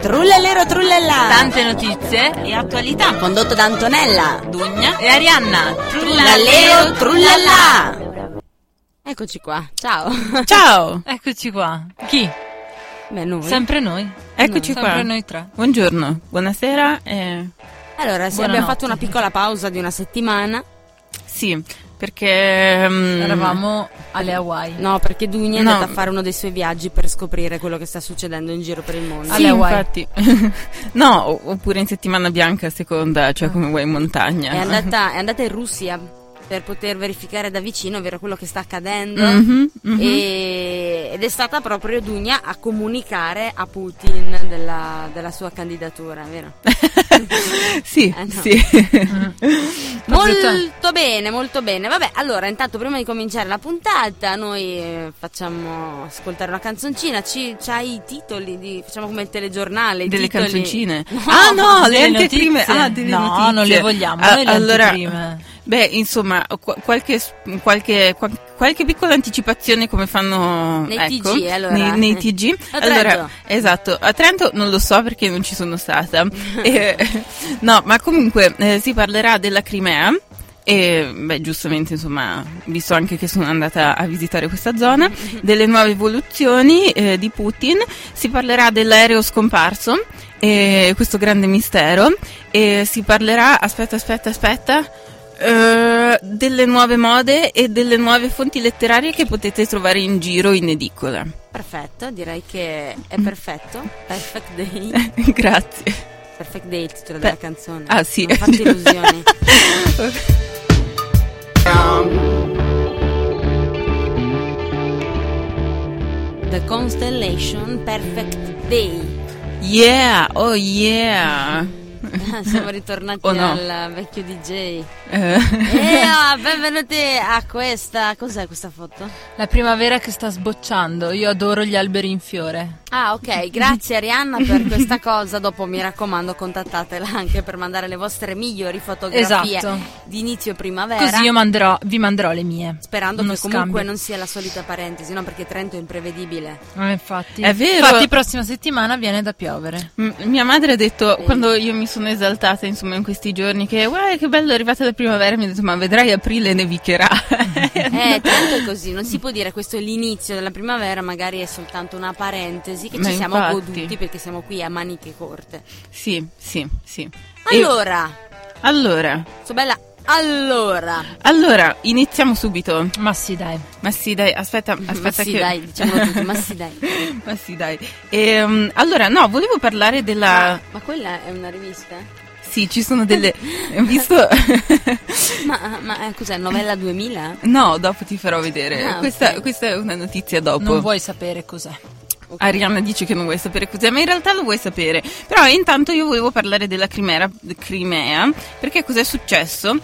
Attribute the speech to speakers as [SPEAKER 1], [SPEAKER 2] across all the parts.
[SPEAKER 1] Trullallero trullallà.
[SPEAKER 2] Tante notizie
[SPEAKER 1] e attualità. Condotto da Antonella.
[SPEAKER 2] Dugna e Arianna.
[SPEAKER 1] Trullallero trullallà. Eccoci qua. Ciao.
[SPEAKER 3] Ciao.
[SPEAKER 2] Eccoci qua. Chi?
[SPEAKER 1] Beh, noi.
[SPEAKER 2] Sempre noi.
[SPEAKER 3] Eccoci
[SPEAKER 2] Sempre
[SPEAKER 3] qua.
[SPEAKER 2] noi tre.
[SPEAKER 3] Buongiorno, buonasera. eh,
[SPEAKER 1] Allora, sì,
[SPEAKER 2] Buonanotte.
[SPEAKER 1] abbiamo fatto una piccola pausa di una settimana.
[SPEAKER 3] sì, perché... mm,
[SPEAKER 2] Eravamo alle Hawaii.
[SPEAKER 1] No, perché Dugna è
[SPEAKER 3] No.
[SPEAKER 1] andata a fare uno dei suoi viaggi per scoprire quello che sta succedendo in giro per il mondo.
[SPEAKER 3] Sì,
[SPEAKER 2] alle Hawaii.
[SPEAKER 3] infatti. no, o- oppure in settimana bianca a seconda,
[SPEAKER 2] Ah.
[SPEAKER 3] cioè come vuoi in montagna.
[SPEAKER 1] È andata, è andata in Russia per poter verificare da vicino, ovvero quello che sta accadendo.
[SPEAKER 3] Mhm, mhm.
[SPEAKER 1] E- ed è stata proprio Dugna a comunicare a Putin della, della sua candidatura, vero?
[SPEAKER 3] sì,
[SPEAKER 1] Eh, no.
[SPEAKER 3] sì.
[SPEAKER 1] Molto bene, molto bene. Vabbè, allora, intanto prima di cominciare la puntata, noi eh, facciamo ascoltare una canzoncina, ci, c'hai i titoli, di- facciamo come il telegiornale. i
[SPEAKER 3] delle
[SPEAKER 1] titoli.
[SPEAKER 3] canzoncine. ah no, le
[SPEAKER 2] delle
[SPEAKER 3] anteprime.
[SPEAKER 2] notizie.
[SPEAKER 3] Ah, delle
[SPEAKER 2] No,
[SPEAKER 3] notizie.
[SPEAKER 2] non le vogliamo,
[SPEAKER 3] Ah,
[SPEAKER 2] noi le
[SPEAKER 3] allora,
[SPEAKER 2] anteprime.
[SPEAKER 3] Beh, insomma, qu- qualche, s- qualche, qua- qualche piccola anticipazione come fanno
[SPEAKER 1] Nei
[SPEAKER 3] ecco,
[SPEAKER 1] TG, allora.
[SPEAKER 3] nei, nei TG.
[SPEAKER 1] A Trento.
[SPEAKER 3] allora, esatto, a Trento non lo so perché non ci sono stata. Eh, no, ma comunque eh, si parlerà della Crimea. E beh, giustamente, insomma, visto anche che sono andata a visitare questa zona, delle nuove evoluzioni eh, di Putin, si parlerà dell'aereo scomparso, eh, questo grande mistero, e si parlerà, aspetta, aspetta, aspetta, eh, delle nuove mode e delle nuove fonti letterarie che potete trovare in giro in edicola.
[SPEAKER 1] Perfetto, direi che è perfetto. Perfect day.
[SPEAKER 3] Grazie.
[SPEAKER 1] Perfect Day il titolo della
[SPEAKER 3] Beh,
[SPEAKER 1] canzone.
[SPEAKER 3] ah, sì.
[SPEAKER 1] Non fatti illusioni. The Constellation Perfect Day.
[SPEAKER 3] Yeah, oh yeah.
[SPEAKER 1] Ah, Siamo ritornati
[SPEAKER 3] Oh, no.
[SPEAKER 1] al vecchio DJ.
[SPEAKER 3] Eh,
[SPEAKER 1] Eh, ah, benvenuti a questa. Cos'è questa foto?
[SPEAKER 2] La primavera che sta sbocciando. Io adoro gli alberi in fiore.
[SPEAKER 1] Ah, ok, grazie Arianna per questa cosa. Dopo mi raccomando, contattatela anche per mandare le vostre migliori fotografie
[SPEAKER 2] Esatto.
[SPEAKER 1] di inizio primavera.
[SPEAKER 2] Così io manderò, vi manderò le mie.
[SPEAKER 1] Sperando
[SPEAKER 2] Uno
[SPEAKER 1] che comunque
[SPEAKER 2] scambio.
[SPEAKER 1] non sia la solita parentesi, no? Perché Trento è imprevedibile.
[SPEAKER 2] Eh, infatti.
[SPEAKER 3] È vero.
[SPEAKER 2] Infatti, prossima settimana viene da piovere.
[SPEAKER 3] m- mia madre ha detto, quando io mi sono esaltata insomma in questi giorni, che "Uè, che bello è arrivata la primavera, mi ha detto ma vedrai aprile nevicherà.
[SPEAKER 1] Eh, tanto è così, non si può dire questo è l'inizio della primavera, magari è soltanto una parentesi che
[SPEAKER 3] Ma
[SPEAKER 1] ci siamo
[SPEAKER 3] infatti.
[SPEAKER 1] goduti perché siamo qui a maniche corte.
[SPEAKER 3] sì, sì, sì. E-
[SPEAKER 1] Allora,
[SPEAKER 3] allora,
[SPEAKER 1] so bella, allora,
[SPEAKER 3] allora, iniziamo subito.
[SPEAKER 2] Ma sì, dai.
[SPEAKER 3] Ma sì, dai, aspetta, aspetta
[SPEAKER 1] ma sì
[SPEAKER 3] che...
[SPEAKER 1] dai, diciamolo tutti, ma sì dai.
[SPEAKER 3] ma sì, dai. Ehm, allora, no, volevo parlare della...
[SPEAKER 1] Ma, ma quella è una rivista?
[SPEAKER 3] Sì, ci sono delle... visto...
[SPEAKER 1] Ma, ma eh, cos'è, novella 2000?
[SPEAKER 3] no, dopo ti farò vedere.
[SPEAKER 1] Ah, ok.
[SPEAKER 3] questa, questa è una notizia dopo.
[SPEAKER 2] Non vuoi sapere cos'è.
[SPEAKER 3] Arianna dice che non vuoi sapere cos'è, ma in realtà lo vuoi sapere. Però intanto io volevo parlare della Crimea, Crimea perché cos'è successo?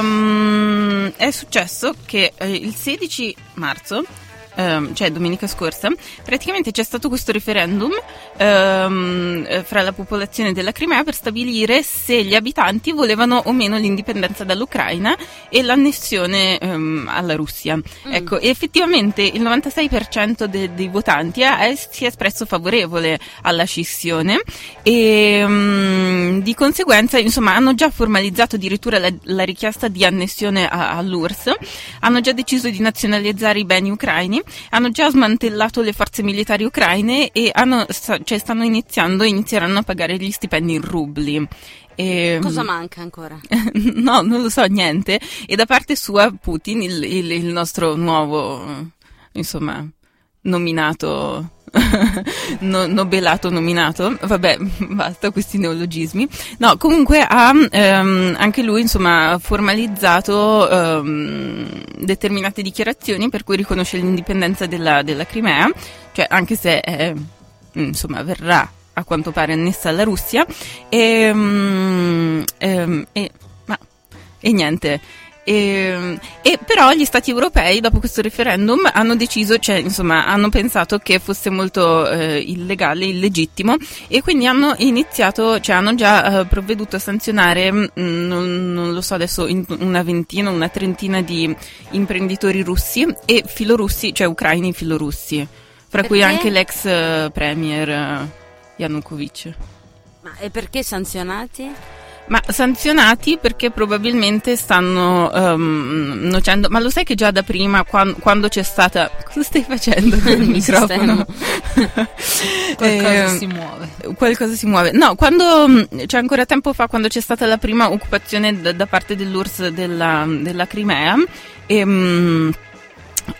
[SPEAKER 3] Ehm, è successo che eh, il 16 marzo, ehm, cioè domenica scorsa, praticamente c'è stato questo referendum ehm, eh, fra la popolazione della Crimea per stabilire se gli abitanti volevano o meno l'indipendenza dall'Ucraina e l'annessione ehm, alla Russia.
[SPEAKER 1] Mm.
[SPEAKER 3] Ecco, e effettivamente il 96% de- dei votanti ha- è- si è espresso favorevole alla scissione e mm, di conseguenza insomma hanno già formalizzato addirittura la, la richiesta di annessione a- all'URSS, hanno già deciso di nazionalizzare i beni ucraini, hanno già smantellato le forze militari ucraine e hanno- sta- cioè, stanno iniziando e inizieranno a pagare gli stipendi in rubli. E,
[SPEAKER 1] Cosa
[SPEAKER 3] mm,
[SPEAKER 1] manca ancora?
[SPEAKER 3] No, non lo so niente. E da parte sua Putin, il, il- il nostro nuovo, eh, insomma, nominato, no- nobelato nominato, vabbè, basta questi neologismi. No, comunque ha ehm, anche lui, insomma, formalizzato ehm, determinate dichiarazioni per cui riconosce l'indipendenza della, della Crimea, cioè anche se è, insomma, verrà a quanto pare annessa alla Russia. E, mm, ehm, e- ma- e niente. E, e però gli stati europei dopo questo referendum hanno deciso, cioè insomma hanno pensato che fosse molto eh, illegale, illegittimo e quindi hanno iniziato, cioè hanno già eh, provveduto a sanzionare, mh, non, non lo so adesso, in- una ventina, una trentina di imprenditori russi e filorussi, cioè ucraini filorussi, fra cui
[SPEAKER 1] Perché?
[SPEAKER 3] anche l'ex eh, premier. eh, Yanukovych.
[SPEAKER 1] Ma e perché sanzionati? Eh,
[SPEAKER 3] Ma sanzionati perché probabilmente stanno ehm, nocendo. Ma lo sai che già da prima, quan- quando c'è stata. Cosa stai facendo con il
[SPEAKER 1] Mi
[SPEAKER 3] microfono?
[SPEAKER 2] Qualcosa
[SPEAKER 3] Eh,
[SPEAKER 2] si muove.
[SPEAKER 3] Qualcosa si muove. No, quando mh, cioè ancora tempo fa, quando c'è stata la prima occupazione da, da parte dell'URSS della, della Crimea, ehm,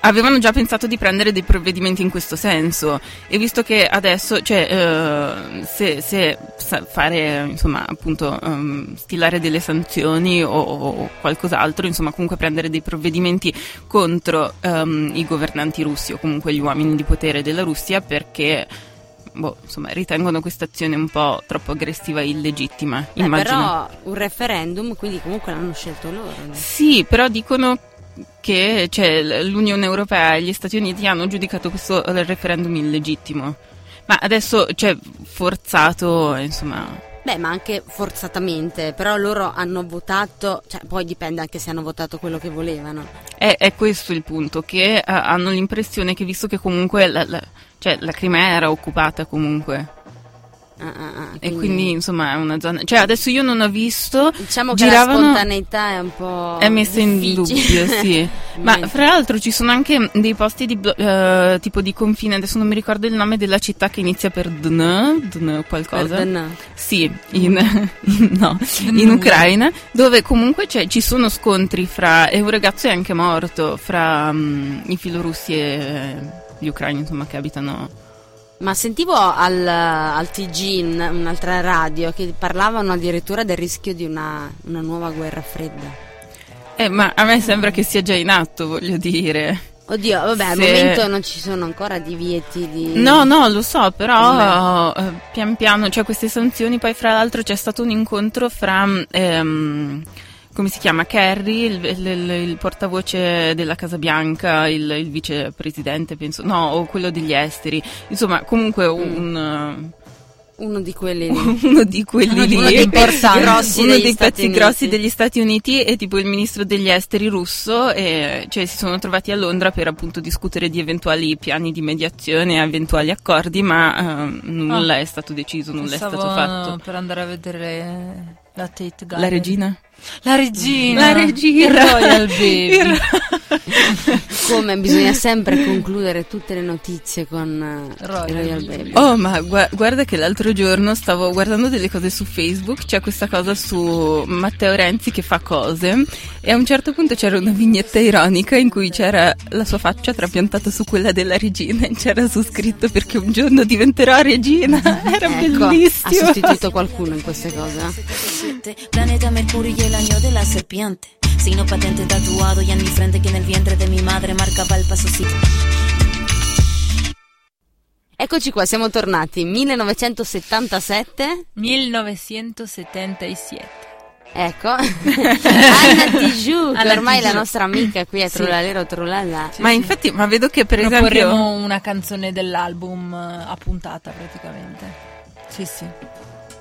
[SPEAKER 3] avevano già pensato di prendere dei provvedimenti in questo senso. E visto che adesso, cioè, eh, se, se sa- fare, insomma, appunto, ehm, stilare delle sanzioni o, o qualcos'altro, insomma, comunque prendere dei provvedimenti contro ehm, i governanti russi o comunque gli uomini di potere della Russia perché. Boh, insomma, ritengono questa azione un po' troppo aggressiva e illegittima.
[SPEAKER 1] Beh,
[SPEAKER 3] immagino.
[SPEAKER 1] però un referendum, quindi comunque l'hanno scelto loro. no?
[SPEAKER 3] Sì, però dicono che cioè, l- l'Unione Europea e gli Stati Uniti hanno giudicato questo eh, referendum illegittimo. Ma adesso, cioè, forzato, insomma...
[SPEAKER 1] Beh, ma anche forzatamente, però loro hanno votato, cioè poi dipende anche se hanno votato quello che volevano.
[SPEAKER 3] È, è questo il punto, che eh, hanno l'impressione che visto che comunque la, la- cioè, la Crimea era occupata comunque,
[SPEAKER 1] Ah, ah, ah,
[SPEAKER 3] e quindi insomma è una zona... Cioè adesso io non ho visto,
[SPEAKER 1] diciamo che la
[SPEAKER 3] giravano-
[SPEAKER 1] spontaneità è un po'...
[SPEAKER 3] è messa in
[SPEAKER 1] difficile.
[SPEAKER 3] dubbio, sì. Ma
[SPEAKER 1] Niente.
[SPEAKER 3] fra l'altro ci sono anche dei posti di blo- eh, tipo di confine, adesso non mi ricordo il nome della città che inizia per Dn, Dn qualcosa.
[SPEAKER 1] Pardon.
[SPEAKER 3] Sì, in, in- no, in Ucraina, dove comunque c'è- ci sono scontri fra, e un ragazzo è anche morto, fra mm, i filorussi e eh, gli ucraini, insomma, che abitano...
[SPEAKER 1] Ma sentivo al, al TG, in un'altra radio, che parlavano addirittura del rischio di una, una nuova guerra fredda.
[SPEAKER 3] Eh, ma a me sembra che sia già in atto, voglio dire.
[SPEAKER 1] Oddio, vabbè, al
[SPEAKER 3] Se-
[SPEAKER 1] momento non ci sono ancora divieti di...
[SPEAKER 3] No, no, lo so, però eh, pian piano, cioè queste sanzioni, poi fra l'altro c'è stato un incontro fra, ehm, come si chiama, Kerry, il, il- il- il portavoce della Casa Bianca, il, il vicepresidente, penso, no, o quello degli esteri, insomma,
[SPEAKER 2] Mm.
[SPEAKER 3] comunque un,
[SPEAKER 1] Uno di quelli
[SPEAKER 3] eh,
[SPEAKER 1] lì.
[SPEAKER 3] uno di quelli
[SPEAKER 2] Uno
[SPEAKER 3] lì,
[SPEAKER 2] di- uno dei pezzi
[SPEAKER 1] grossi
[SPEAKER 3] uno
[SPEAKER 1] degli
[SPEAKER 3] dei
[SPEAKER 1] Stati
[SPEAKER 3] pezzi
[SPEAKER 1] Uniti.
[SPEAKER 3] grossi degli Stati Uniti e tipo il ministro degli esteri russo, e, cioè si sono trovati a Londra per appunto discutere di eventuali piani di mediazione, eventuali accordi, ma ehm,
[SPEAKER 1] Ah.
[SPEAKER 3] nulla è stato deciso, nulla
[SPEAKER 2] Pensavo,
[SPEAKER 3] è stato fatto.
[SPEAKER 2] no, Per andare a vedere la Tate Gallery.
[SPEAKER 3] La regina?
[SPEAKER 2] La regina.
[SPEAKER 3] La regina!
[SPEAKER 2] Il Royal Baby.
[SPEAKER 3] Il-
[SPEAKER 1] Come bisogna sempre concludere tutte le notizie con eh,
[SPEAKER 2] Royal
[SPEAKER 1] il Royal
[SPEAKER 2] Baby.
[SPEAKER 1] Baby.
[SPEAKER 3] Oh, ma gua- guarda che l'altro giorno stavo guardando delle cose su Facebook, c'è questa cosa su Matteo Renzi che fa cose e a un certo punto c'era una vignetta ironica in cui c'era la sua faccia trapiantata su quella della regina e c'era su scritto perché un giorno diventerò regina. Era
[SPEAKER 1] Ecco, ha
[SPEAKER 3] bellissimo.
[SPEAKER 1] sostituito qualcuno in queste cose.
[SPEAKER 4] 7, Planeta Mercurio y el año de la serpiente. Signo patente tatuado y en mi frente que en el vientre de mi madre marcaba el paso. sí.
[SPEAKER 1] Eccoci qua, siamo tornati. 1977.
[SPEAKER 2] 1977.
[SPEAKER 1] Ecco, Anna Tijoux, che
[SPEAKER 2] Anna
[SPEAKER 1] ormai è la
[SPEAKER 2] Tijoux.
[SPEAKER 1] nostra amica qui a
[SPEAKER 2] Sì.
[SPEAKER 1] Trullalero Trullalla.
[SPEAKER 3] Ma infatti, ma vedo che per esempio...
[SPEAKER 2] Proporremo una canzone dell'album eh, a puntata praticamente. Sì, sì.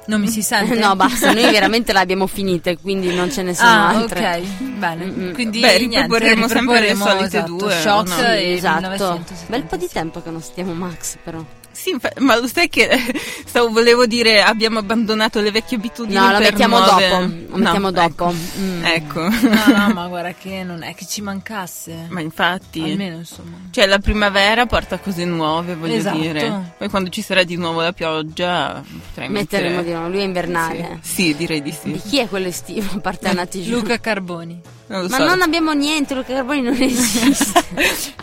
[SPEAKER 2] Non mi si sente?
[SPEAKER 1] Mm. No, basta, noi veramente l'abbiamo finite, quindi non ce ne sono
[SPEAKER 2] Ah,
[SPEAKER 1] altre. Mm,
[SPEAKER 2] ok, bene.
[SPEAKER 1] Mm-mm.
[SPEAKER 2] Quindi
[SPEAKER 3] Beh,
[SPEAKER 2] niente,
[SPEAKER 3] riproporremo sempre le solite
[SPEAKER 2] esatto,
[SPEAKER 3] due, o
[SPEAKER 2] Shock
[SPEAKER 3] no?
[SPEAKER 1] Sì,
[SPEAKER 2] e
[SPEAKER 1] esatto.
[SPEAKER 2] 1977.
[SPEAKER 1] Bel po' di tempo che non stiamo Max, però.
[SPEAKER 3] Sì, infa- ma lo sai che stavo, volevo dire abbiamo abbandonato le vecchie abitudini.
[SPEAKER 1] No, lo
[SPEAKER 3] per
[SPEAKER 1] mettiamo
[SPEAKER 3] nuove-
[SPEAKER 1] dopo. Lo
[SPEAKER 3] No,
[SPEAKER 1] mettiamo dopo. Mm.
[SPEAKER 3] Ecco.
[SPEAKER 2] No, no, ma Eh, guarda che non è che ci mancasse.
[SPEAKER 3] ma infatti...
[SPEAKER 2] Almeno insomma.
[SPEAKER 3] Cioè la primavera porta cose nuove, voglio
[SPEAKER 2] Esatto.
[SPEAKER 3] dire. Poi quando ci sarà di nuovo la pioggia potrei
[SPEAKER 1] Metteremo di
[SPEAKER 3] mettere...
[SPEAKER 1] nuovo, lui è invernale.
[SPEAKER 3] Sì. sì, direi di
[SPEAKER 1] Di
[SPEAKER 3] sì.
[SPEAKER 1] chi è quello estivo? A parte Anna Tijoux.
[SPEAKER 2] Luca Carboni.
[SPEAKER 3] Non lo
[SPEAKER 1] Ma
[SPEAKER 3] so.
[SPEAKER 1] non abbiamo niente, Luca Carboni non esiste.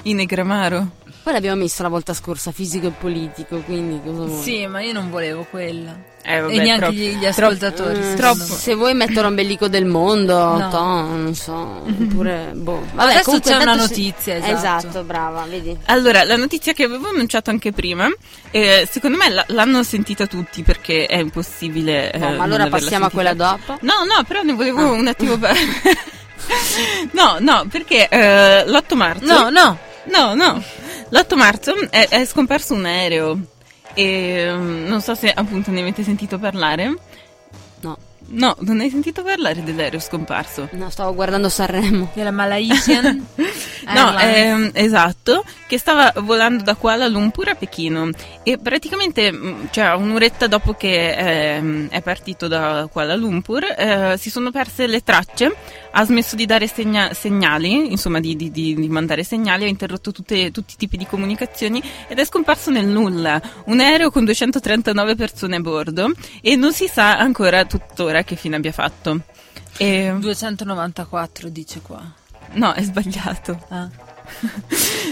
[SPEAKER 3] In Negramaro.
[SPEAKER 1] Poi l'abbiamo messo la volta scorsa, fisico e politico, quindi cosa vuoi?
[SPEAKER 2] Sì, ma io non volevo quella.
[SPEAKER 3] Eh, vabbè,
[SPEAKER 2] e neanche
[SPEAKER 3] troppo- Mm.
[SPEAKER 2] gli, gli
[SPEAKER 3] troppo-
[SPEAKER 2] ascoltatori.
[SPEAKER 1] Eh,
[SPEAKER 2] secondo me.
[SPEAKER 1] Se vuoi metto l'ombelico del mondo,
[SPEAKER 2] No. Mm-hmm.
[SPEAKER 1] to, non so, oppure boh. Vabbè,
[SPEAKER 2] Adesso
[SPEAKER 1] comunque
[SPEAKER 2] c'è una
[SPEAKER 1] intanto si-
[SPEAKER 2] notizia, esatto.
[SPEAKER 1] brava, vedi.
[SPEAKER 3] Allora, la notizia che avevo annunciato anche prima, eh, secondo me la- l'hanno sentita tutti perché è impossibile. eh,
[SPEAKER 1] Boh,
[SPEAKER 3] non
[SPEAKER 1] ma allora
[SPEAKER 3] averla
[SPEAKER 1] passiamo a
[SPEAKER 3] sentita.
[SPEAKER 1] quella dopo. Ah.
[SPEAKER 3] No, no, però ne volevo un attimo. par- no, no, perché eh, l'8 marzo.
[SPEAKER 2] No, no.
[SPEAKER 3] No, no. L'8 marzo è, è scomparso un aereo. E mm, non so se appunto ne avete sentito parlare.
[SPEAKER 1] No,
[SPEAKER 3] No, non hai sentito parlare dell'aereo scomparso.
[SPEAKER 1] no, stavo guardando Sanremo.
[SPEAKER 2] Della Malaysian.
[SPEAKER 3] No,
[SPEAKER 1] Airlines.
[SPEAKER 3] ehm, esatto, che stava volando da Kuala Lumpur a Pechino e praticamente, mh, cioè un'oretta dopo che ehm, è partito da Kuala Lumpur, eh, si sono perse le tracce, ha smesso di dare segna- segnali, insomma di, di- di- di mandare segnali, ha interrotto tutte- tutti i tipi di comunicazioni ed è scomparso nel nulla. Un aereo con 239 persone a bordo e non si sa ancora tuttora che fine abbia fatto. E-
[SPEAKER 2] 294 dice qua.
[SPEAKER 3] no, è sbagliato.
[SPEAKER 2] Ah.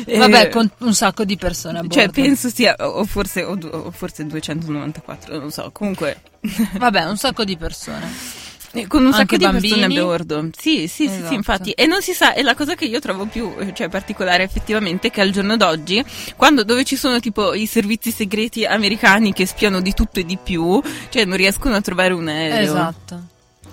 [SPEAKER 3] E-
[SPEAKER 2] Vabbè, con un sacco di persone a bordo.
[SPEAKER 3] Eh, Cioè, penso sia, o o forse, o du- o forse 294, non lo so. Comunque,
[SPEAKER 2] Vabbè, un sacco di persone.
[SPEAKER 3] eh, con un
[SPEAKER 2] Anche
[SPEAKER 3] sacco di persone
[SPEAKER 2] bambini?
[SPEAKER 3] a bordo. Sì, sì, sì,
[SPEAKER 2] Esatto.
[SPEAKER 3] sì, infatti. E non si sa, e la cosa che io trovo più eh, cioè, particolare effettivamente è che al giorno d'oggi, quando dove ci sono tipo i servizi segreti americani che spiano di tutto e di più, cioè non riescono a trovare un aereo.
[SPEAKER 2] Esatto.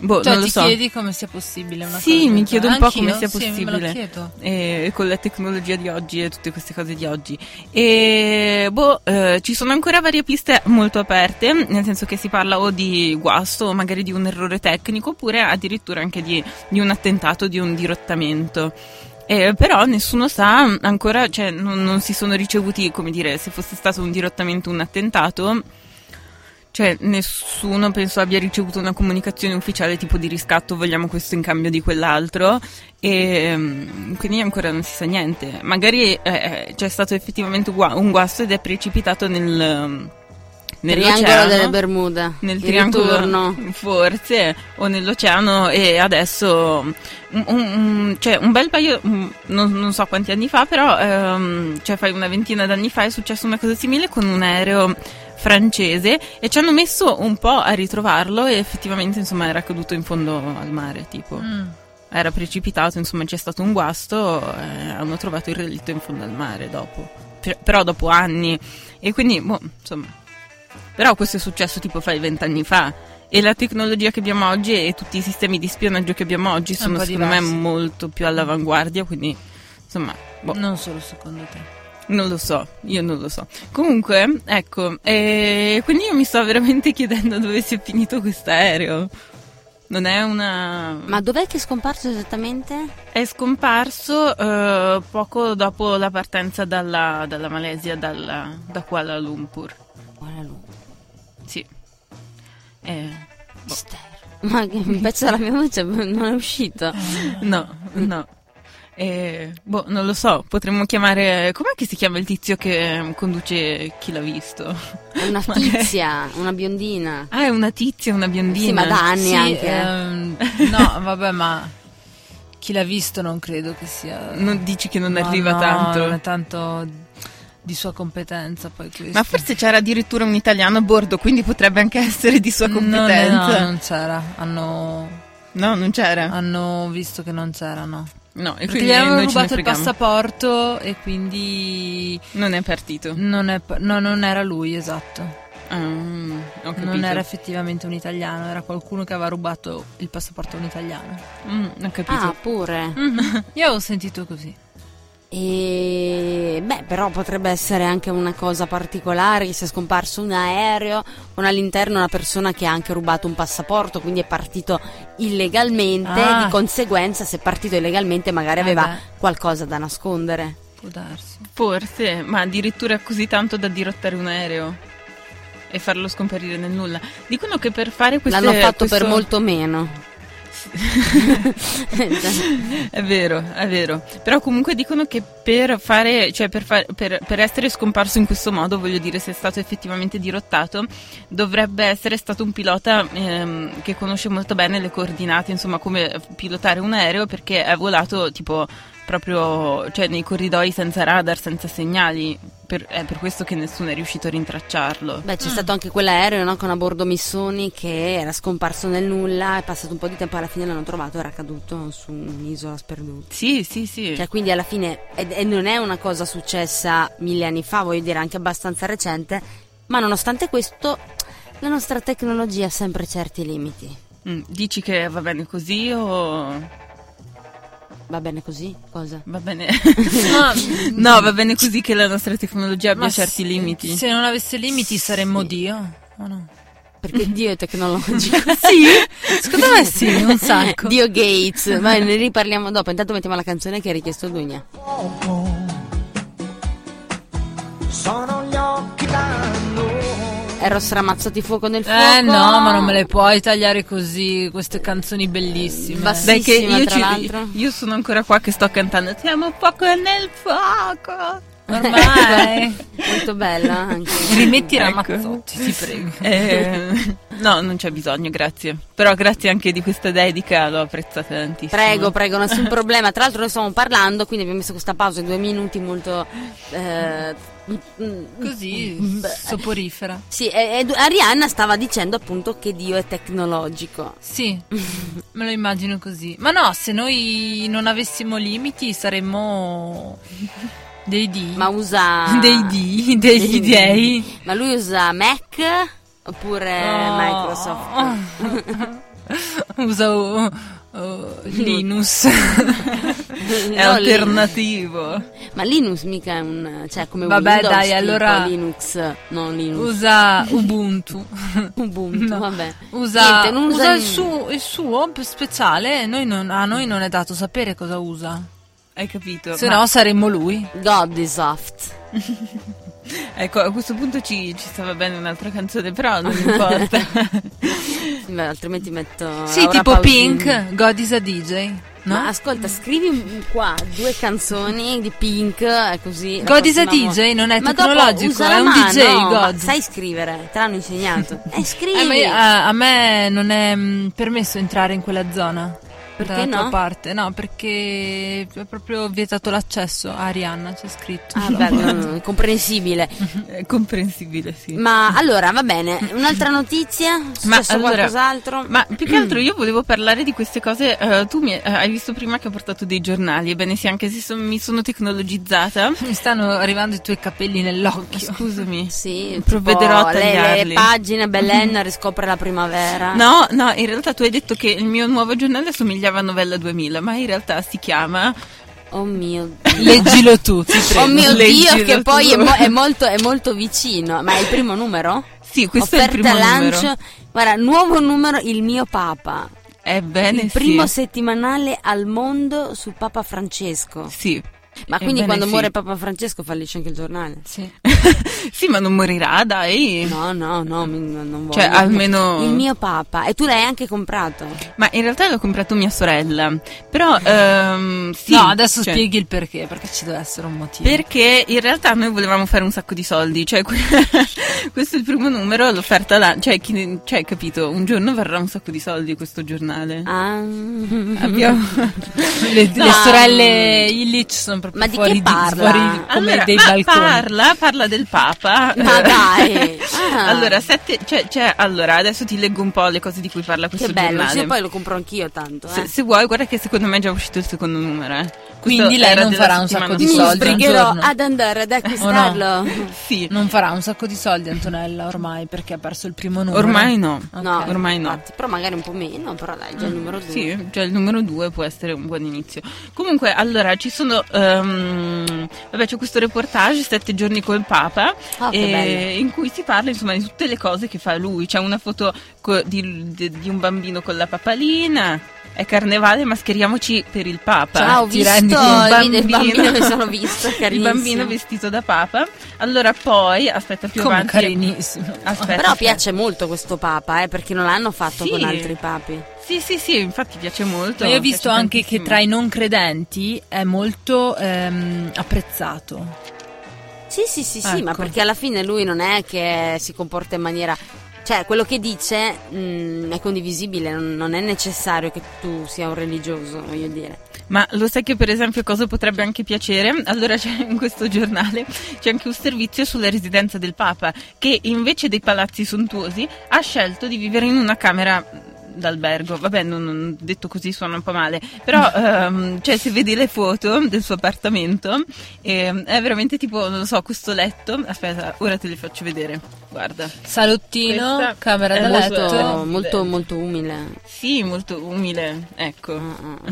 [SPEAKER 3] Boh,
[SPEAKER 2] Cioè,
[SPEAKER 3] Eh, non lo
[SPEAKER 2] ti
[SPEAKER 3] so.
[SPEAKER 2] chiedi come sia possibile una
[SPEAKER 3] Sì,
[SPEAKER 2] cosa del
[SPEAKER 3] mi chiedo un
[SPEAKER 2] genere.
[SPEAKER 3] po' come
[SPEAKER 2] Anch'io,
[SPEAKER 3] sia
[SPEAKER 2] sì, me lo
[SPEAKER 3] possibile.
[SPEAKER 2] chiedo.
[SPEAKER 3] Certo. e con la tecnologia di oggi e tutte queste cose di oggi. E boh, eh, ci sono ancora varie piste molto aperte, nel senso che si parla o di guasto o magari di un errore tecnico, oppure addirittura anche di, di un attentato, di un dirottamento. Eh, però nessuno sa ancora, cioè non, non si sono ricevuti, come dire, se fosse stato un dirottamento o un attentato, cioè nessuno penso abbia ricevuto una comunicazione ufficiale tipo di riscatto, vogliamo questo in cambio di quell'altro e mm, quindi ancora non si sa niente. Magari eh, c'è stato effettivamente gua- un guasto ed è precipitato nel, mm,
[SPEAKER 1] Triangolo
[SPEAKER 3] nell'oceano.
[SPEAKER 1] delle Bermuda.
[SPEAKER 3] nel
[SPEAKER 1] il
[SPEAKER 3] triangolo Mm.
[SPEAKER 1] ritorno.
[SPEAKER 3] forse o nell'oceano e adesso un, un- un- cioè, un bel paio mm, non, non so quanti anni fa però ehm, cioè fai una ventina d'anni fa è successa una cosa simile con un aereo francese e ci hanno messo un po' a ritrovarlo e effettivamente insomma era caduto in fondo al mare tipo
[SPEAKER 2] Mm.
[SPEAKER 3] era precipitato insomma c'è stato un guasto eh, hanno trovato il relitto in fondo al mare dopo Per- però dopo anni e quindi boh, insomma però questo è successo tipo fai vent'anni fa e la tecnologia che abbiamo oggi e tutti i sistemi di spionaggio che abbiamo oggi sono
[SPEAKER 2] po'
[SPEAKER 3] secondo
[SPEAKER 2] diversi.
[SPEAKER 3] me molto più all'avanguardia quindi insomma boh.
[SPEAKER 2] Non solo secondo te.
[SPEAKER 3] Non lo so, io non lo so. Comunque, ecco, eh, quindi io mi sto veramente chiedendo dove si è finito quest'aereo. Non è una...
[SPEAKER 1] Ma dov'è che è scomparso esattamente?
[SPEAKER 3] È scomparso eh, poco dopo la partenza dalla, dalla Malesia, dalla- da Kuala Lumpur.
[SPEAKER 1] Buona luce.
[SPEAKER 3] Boh. Sì. Eh, Boh.
[SPEAKER 1] Mistero. Ma che un pezzo della mia voce non è uscito.
[SPEAKER 3] no, no. Eh, boh, non lo so, potremmo chiamare... Com'è che si chiama il tizio che mm, conduce chi l'ha visto?
[SPEAKER 1] È una
[SPEAKER 3] Magari.
[SPEAKER 1] tizia, una biondina.
[SPEAKER 3] Ah, è una tizia, una biondina.
[SPEAKER 1] Sì, ma da anni
[SPEAKER 2] Sì,
[SPEAKER 1] anche. eh.
[SPEAKER 2] ehm, no, vabbè, ma chi l'ha visto non credo che sia.
[SPEAKER 3] Non dici che non
[SPEAKER 2] Ma
[SPEAKER 3] arriva
[SPEAKER 2] no,
[SPEAKER 3] tanto.
[SPEAKER 2] Non è tanto di sua competenza poi questo.
[SPEAKER 3] Ma forse c'era addirittura un italiano a bordo, quindi potrebbe anche essere di sua
[SPEAKER 2] No, no, no,
[SPEAKER 3] competenza.
[SPEAKER 2] non c'era. Hanno,
[SPEAKER 3] No, non c'era.
[SPEAKER 2] hanno visto che non c'era, no.
[SPEAKER 3] No, e
[SPEAKER 2] Perché
[SPEAKER 3] quindi
[SPEAKER 2] gli avevano
[SPEAKER 3] noi ce ne
[SPEAKER 2] rubato il
[SPEAKER 3] freghiamo.
[SPEAKER 2] passaporto e quindi
[SPEAKER 3] Non è partito.
[SPEAKER 2] non, è, no, non era lui, esatto.
[SPEAKER 3] Ah, ho capito.
[SPEAKER 2] Non era effettivamente un italiano, era qualcuno che aveva rubato il passaporto a un italiano.
[SPEAKER 3] Mm, ho capito.
[SPEAKER 1] Ah, pure.
[SPEAKER 3] Mm-hmm.
[SPEAKER 2] Io ho sentito così.
[SPEAKER 1] E beh, però potrebbe essere anche una cosa particolare che sia scomparso un aereo con all'interno una persona che ha anche rubato un passaporto, quindi è partito illegalmente,
[SPEAKER 2] Ah.
[SPEAKER 1] di conseguenza se è partito illegalmente magari
[SPEAKER 2] Eh
[SPEAKER 1] aveva
[SPEAKER 2] beh.
[SPEAKER 1] qualcosa da nascondere.
[SPEAKER 2] Può darsi.
[SPEAKER 3] Forse, ma addirittura così tanto da dirottare un aereo e farlo scomparire nel nulla. Dicono che per fare queste
[SPEAKER 1] L'hanno fatto per
[SPEAKER 3] questo-
[SPEAKER 1] molto meno.
[SPEAKER 3] È vero, è vero. Però comunque dicono che per fare, cioè per, fa- per- per essere scomparso in questo modo, voglio dire, se è stato effettivamente dirottato, dovrebbe essere stato un pilota ehm, che conosce molto bene le coordinate, insomma, come pilotare un aereo perché è volato tipo proprio cioè, nei corridoi senza radar, senza segnali. Per- è per questo che nessuno è riuscito a rintracciarlo.
[SPEAKER 1] Beh, c'è stato anche quell'aereo no, con a bordo Missoni che era scomparso nel nulla, è passato un po' di tempo, alla fine l'hanno trovato, era caduto su un'isola sperduta.
[SPEAKER 3] Sì, sì, sì.
[SPEAKER 1] Cioè, quindi alla fine, ed- e non è una cosa successa mille anni fa, voglio dire, anche abbastanza recente, ma nonostante questo, la nostra tecnologia ha sempre certi limiti.
[SPEAKER 3] Mm, Dici che va bene così o
[SPEAKER 1] Va bene così? Cosa?
[SPEAKER 3] va bene? No, va bene così che la nostra tecnologia abbia
[SPEAKER 2] se-
[SPEAKER 3] certi limiti.
[SPEAKER 2] Se non avesse limiti saremmo
[SPEAKER 1] Sì.
[SPEAKER 2] Dio. o no?
[SPEAKER 1] Perché Dio è tecnologico.
[SPEAKER 2] Sì? Secondo me sì, un sacco.
[SPEAKER 1] Dio Gates. Ma ne riparliamo dopo. Intanto mettiamo la canzone che ha richiesto Dugna.
[SPEAKER 5] Sono gli occhi d'anno.
[SPEAKER 1] Eros Ramazzotti Fuoco nel Fuoco.
[SPEAKER 2] Eh no, ma non me le puoi tagliare così queste canzoni bellissime.
[SPEAKER 1] Basta.
[SPEAKER 3] Dai che
[SPEAKER 1] Bellissima,
[SPEAKER 3] io,
[SPEAKER 1] tra l'altro.
[SPEAKER 3] io sono ancora qua che sto cantando Siamo poco nel fuoco
[SPEAKER 2] Ormai.
[SPEAKER 1] Molto bella anche.
[SPEAKER 2] Rimetti
[SPEAKER 3] Ecco.
[SPEAKER 2] Ramazzotti, ti prego.
[SPEAKER 3] Eh, No, non c'è bisogno, grazie Però grazie anche di questa dedica, l'ho apprezzata tantissimo
[SPEAKER 1] Prego, prego, nessun problema. Tra l'altro noi stiamo parlando, quindi abbiamo messo questa pausa di due minuti molto... eh,
[SPEAKER 2] Così, soporifera.
[SPEAKER 1] Sì, e- ed Arianna stava dicendo appunto che Dio è tecnologico.
[SPEAKER 2] Sì, me lo immagino così. Ma no, se noi non avessimo limiti saremmo dei D.
[SPEAKER 1] Ma usa...
[SPEAKER 2] Dei D, degli dei.
[SPEAKER 1] Ma lui usa Mac oppure
[SPEAKER 2] Oh.
[SPEAKER 1] Eh, Microsoft?
[SPEAKER 2] Usa oh, oh, Linus.
[SPEAKER 1] No,
[SPEAKER 3] È alternativo
[SPEAKER 1] Linux. Ma Linux mica è un... cioè come
[SPEAKER 2] Vabbè,
[SPEAKER 1] Windows
[SPEAKER 2] dai,
[SPEAKER 1] tipo
[SPEAKER 2] allora-
[SPEAKER 1] Linux, non Linux.
[SPEAKER 2] Usa Ubuntu.
[SPEAKER 1] Ubuntu,
[SPEAKER 2] No.
[SPEAKER 1] vabbè.
[SPEAKER 2] Usa,
[SPEAKER 1] Niente, non usa
[SPEAKER 2] usa il,
[SPEAKER 1] niente.
[SPEAKER 2] suo, il suo p- speciale. Noi non- a noi non è dato sapere cosa usa.
[SPEAKER 3] Hai capito?
[SPEAKER 2] Se
[SPEAKER 3] Ma-
[SPEAKER 2] no saremmo lui.
[SPEAKER 1] God is soft.
[SPEAKER 3] Ecco, a questo punto ci, ci stava bene un'altra canzone Però non importa
[SPEAKER 1] Beh, altrimenti metto...
[SPEAKER 2] Sì,
[SPEAKER 1] Laura
[SPEAKER 2] tipo
[SPEAKER 1] Pausini.
[SPEAKER 2] Pink, God is a DJ. No?
[SPEAKER 1] Ma ascolta, scrivi qua due canzoni di Pink, eh, così. la
[SPEAKER 2] God is a
[SPEAKER 1] prossima volta.
[SPEAKER 2] DJ, non è
[SPEAKER 1] Ma dopo
[SPEAKER 2] tecnologico,
[SPEAKER 1] usa la
[SPEAKER 2] è un
[SPEAKER 1] mano,
[SPEAKER 2] DJ
[SPEAKER 1] ma
[SPEAKER 2] God.
[SPEAKER 1] sai scrivere, te l'hanno insegnato. Eh, scrivi.
[SPEAKER 2] Eh, ma io- a, a me non è mm, permesso entrare in quella zona.
[SPEAKER 1] Perché
[SPEAKER 2] dalla tua
[SPEAKER 1] no?
[SPEAKER 2] parte, no, perché è proprio vietato l'accesso a Arianna, c'è scritto.
[SPEAKER 1] Ah, vabbè, no, no, no, comprensibile.
[SPEAKER 3] È comprensibile, sì
[SPEAKER 1] Ma allora, va bene, un'altra notizia? È Successo
[SPEAKER 3] allora-
[SPEAKER 1] qualcos'altro?
[SPEAKER 3] Ma più che altro io volevo parlare di queste cose. eh, tu mi, eh, hai visto prima che ho portato dei giornali, ebbene sì, anche se son- mi sono tecnologizzata.
[SPEAKER 2] Mi stanno arrivando i tuoi capelli nell'occhio.
[SPEAKER 3] Scusami.
[SPEAKER 1] Mm, Sì,
[SPEAKER 3] Provvederò
[SPEAKER 1] tipo,
[SPEAKER 3] a
[SPEAKER 1] le- le,
[SPEAKER 3] tagliarli.
[SPEAKER 1] pagine, Belen riscopre la primavera.
[SPEAKER 3] No, no, in realtà tu hai detto che il mio nuovo giornale assomigliava a Novella 2000, ma in realtà si chiama
[SPEAKER 1] Oh mio Dio.
[SPEAKER 2] Leggilo tu, ti prego.
[SPEAKER 1] Oh mio Dio,
[SPEAKER 3] leggilo
[SPEAKER 1] che poi
[SPEAKER 3] tu.
[SPEAKER 1] è, mo- è molto, è molto vicino. Ma è il primo numero?
[SPEAKER 3] Sì, questo
[SPEAKER 1] Offerta
[SPEAKER 3] è il primo
[SPEAKER 1] lancio.
[SPEAKER 3] numero.
[SPEAKER 1] Guarda, nuovo numero, il mio Papa.
[SPEAKER 3] Ebbene
[SPEAKER 1] il primo
[SPEAKER 3] Eh, sì.
[SPEAKER 1] settimanale al mondo su Papa Francesco.
[SPEAKER 3] Sì.
[SPEAKER 1] Ma quindi
[SPEAKER 3] Ebbene
[SPEAKER 1] quando
[SPEAKER 3] Eh, sì.
[SPEAKER 1] muore Papa Francesco fallisce anche il giornale?
[SPEAKER 2] Sì.
[SPEAKER 3] sì, ma non morirà, dai.
[SPEAKER 1] No, no, no, mi- no, non voglio.
[SPEAKER 3] Cioè, almeno-
[SPEAKER 1] Il mio Papa. E tu l'hai anche comprato.
[SPEAKER 3] Ma in realtà l'ho comprato mia sorella. Però ehm, sì,
[SPEAKER 2] no, adesso
[SPEAKER 3] cioè-
[SPEAKER 2] spieghi il perché, perché ci deve essere un motivo.
[SPEAKER 3] Perché in realtà noi volevamo fare un sacco di soldi, cioè que- questo è il primo numero, l'offerta là, cioè, chi- cioè capito, un giorno varrà un sacco di soldi questo giornale.
[SPEAKER 1] Ah.
[SPEAKER 3] Abbiamo-
[SPEAKER 2] le, le
[SPEAKER 1] No.
[SPEAKER 2] sorelle Illich sono proprio
[SPEAKER 1] Ma di
[SPEAKER 2] fuori
[SPEAKER 1] che parla?
[SPEAKER 2] fuori come
[SPEAKER 3] Allora,
[SPEAKER 2] dei
[SPEAKER 3] ma
[SPEAKER 2] balconi.
[SPEAKER 3] parla, parla del Papa.
[SPEAKER 1] Ma dai! Ah.
[SPEAKER 3] Allora, sette, cioè, cioè, allora, adesso ti leggo un po' le cose di cui parla questo
[SPEAKER 1] Che bello,
[SPEAKER 3] giornale.
[SPEAKER 1] se poi lo compro anch'io tanto. Eh.
[SPEAKER 3] Se, se vuoi, guarda che secondo me è già uscito il secondo numero. eh. Questo
[SPEAKER 2] Quindi lei
[SPEAKER 3] era
[SPEAKER 2] non
[SPEAKER 3] della
[SPEAKER 2] farà un
[SPEAKER 3] settimana
[SPEAKER 2] sacco di
[SPEAKER 1] Mi
[SPEAKER 3] scorsa.
[SPEAKER 2] soldi.
[SPEAKER 1] sbrigherò
[SPEAKER 2] un giorno.
[SPEAKER 1] ad andare ad acquistarlo.
[SPEAKER 3] Sì,
[SPEAKER 2] Non farà un sacco di soldi Antonella ormai perché ha perso il primo numero.
[SPEAKER 3] ormai no.
[SPEAKER 2] Ok.
[SPEAKER 1] No,
[SPEAKER 3] Ormai no.
[SPEAKER 1] infatti, però magari un po' meno, però dai, già il numero due.
[SPEAKER 3] Sì, cioè il numero 2 può essere un buon inizio. Comunque, allora ci sono. ehm, vabbè, c'è questo reportage, Sette giorni col Papa,
[SPEAKER 1] Ah, che
[SPEAKER 3] eh,
[SPEAKER 1] bello.
[SPEAKER 3] in cui si parla insomma di tutte le cose che fa lui. C'è una foto co- di, di- di un bambino con la papalina. È carnevale, mascheriamoci per il Papa.
[SPEAKER 1] Ciao, ho
[SPEAKER 2] Ti
[SPEAKER 1] visto il
[SPEAKER 2] rendi
[SPEAKER 1] video-
[SPEAKER 2] conto?
[SPEAKER 1] il bambino che sono visto,
[SPEAKER 3] Il
[SPEAKER 1] carissimo.
[SPEAKER 3] bambino vestito da Papa. Allora, poi aspetta più
[SPEAKER 2] Come
[SPEAKER 3] avanti.
[SPEAKER 2] carinissimo.
[SPEAKER 3] Aspetta,
[SPEAKER 1] Però
[SPEAKER 3] aspetta.
[SPEAKER 1] piace molto questo papa, eh, perché non l'hanno fatto
[SPEAKER 3] Sì.
[SPEAKER 1] con altri papi.
[SPEAKER 3] Sì, sì, sì, infatti piace molto.
[SPEAKER 2] Ma Io ho visto
[SPEAKER 3] piace
[SPEAKER 2] anche che
[SPEAKER 3] tantissimo.
[SPEAKER 2] tra i non credenti è molto ehm, apprezzato.
[SPEAKER 1] Sì, sì, sì, sì,
[SPEAKER 2] Ecco.
[SPEAKER 1] ma perché alla fine lui non è che si comporta in maniera... Cioè, quello che dice mh, è condivisibile, non, non è necessario che tu sia un religioso, voglio dire.
[SPEAKER 3] Ma lo sai che per esempio cosa potrebbe anche piacere? Allora c'è in questo giornale c'è anche un servizio sulla residenza del Papa che invece dei palazzi sontuosi ha scelto di vivere in una camera d'albergo, vabbè, non, non- detto così suona un po' male, però ehm, cioè, se vedi le foto del suo appartamento ehm, è veramente tipo, non lo so, questo letto, aspetta, ora te le faccio vedere, guarda.
[SPEAKER 2] Salottino,
[SPEAKER 3] Questa
[SPEAKER 2] camera
[SPEAKER 3] è
[SPEAKER 2] da
[SPEAKER 3] molto-
[SPEAKER 2] letto.
[SPEAKER 1] molto,
[SPEAKER 3] eh,
[SPEAKER 1] molto, molto umile.
[SPEAKER 3] Sì, molto umile, ecco.
[SPEAKER 1] Ah, ah.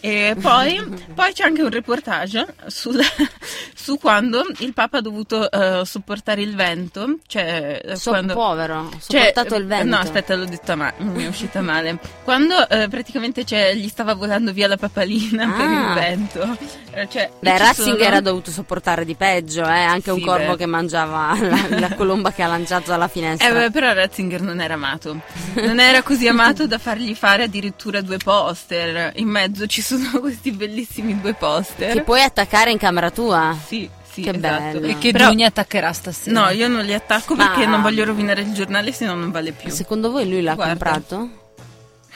[SPEAKER 3] E poi, poi c'è anche un reportage sul- su quando il Papa ha dovuto eh, sopportare il vento, cioè eh,
[SPEAKER 1] So
[SPEAKER 3] quando...
[SPEAKER 1] povero, ho
[SPEAKER 3] Cioè,
[SPEAKER 1] sopportato il vento.
[SPEAKER 3] No, aspetta, l'ho detta male, mi è uscita male. Quando eh, praticamente cioè, gli stava volando via la papalina per
[SPEAKER 1] Ah.
[SPEAKER 3] il vento. Eh, Cioè,
[SPEAKER 1] Beh,
[SPEAKER 3] ci
[SPEAKER 1] Ratzinger
[SPEAKER 3] sono-
[SPEAKER 1] ha dovuto sopportare di peggio, eh, anche un
[SPEAKER 3] Sì,
[SPEAKER 1] corvo
[SPEAKER 3] beh.
[SPEAKER 1] che mangiava la, la colomba che ha lanciato alla finestra.
[SPEAKER 3] Eh, beh, però Ratzinger non era amato. Non era così amato da fargli fare addirittura due poster. In mezzo ci sono questi bellissimi due poster.
[SPEAKER 1] Che puoi attaccare in camera tua.
[SPEAKER 3] Sì, sì,
[SPEAKER 1] Che
[SPEAKER 3] esatto.
[SPEAKER 1] bello.
[SPEAKER 2] E che
[SPEAKER 3] Però-
[SPEAKER 2] Dugna attaccherà stasera.
[SPEAKER 3] No, io non li
[SPEAKER 2] Ah.
[SPEAKER 3] attacco
[SPEAKER 1] Ma-
[SPEAKER 3] perché non voglio rovinare il giornale, se no non vale più.
[SPEAKER 1] Secondo voi lui l'ha
[SPEAKER 3] Guarda. Eh.
[SPEAKER 1] comprato?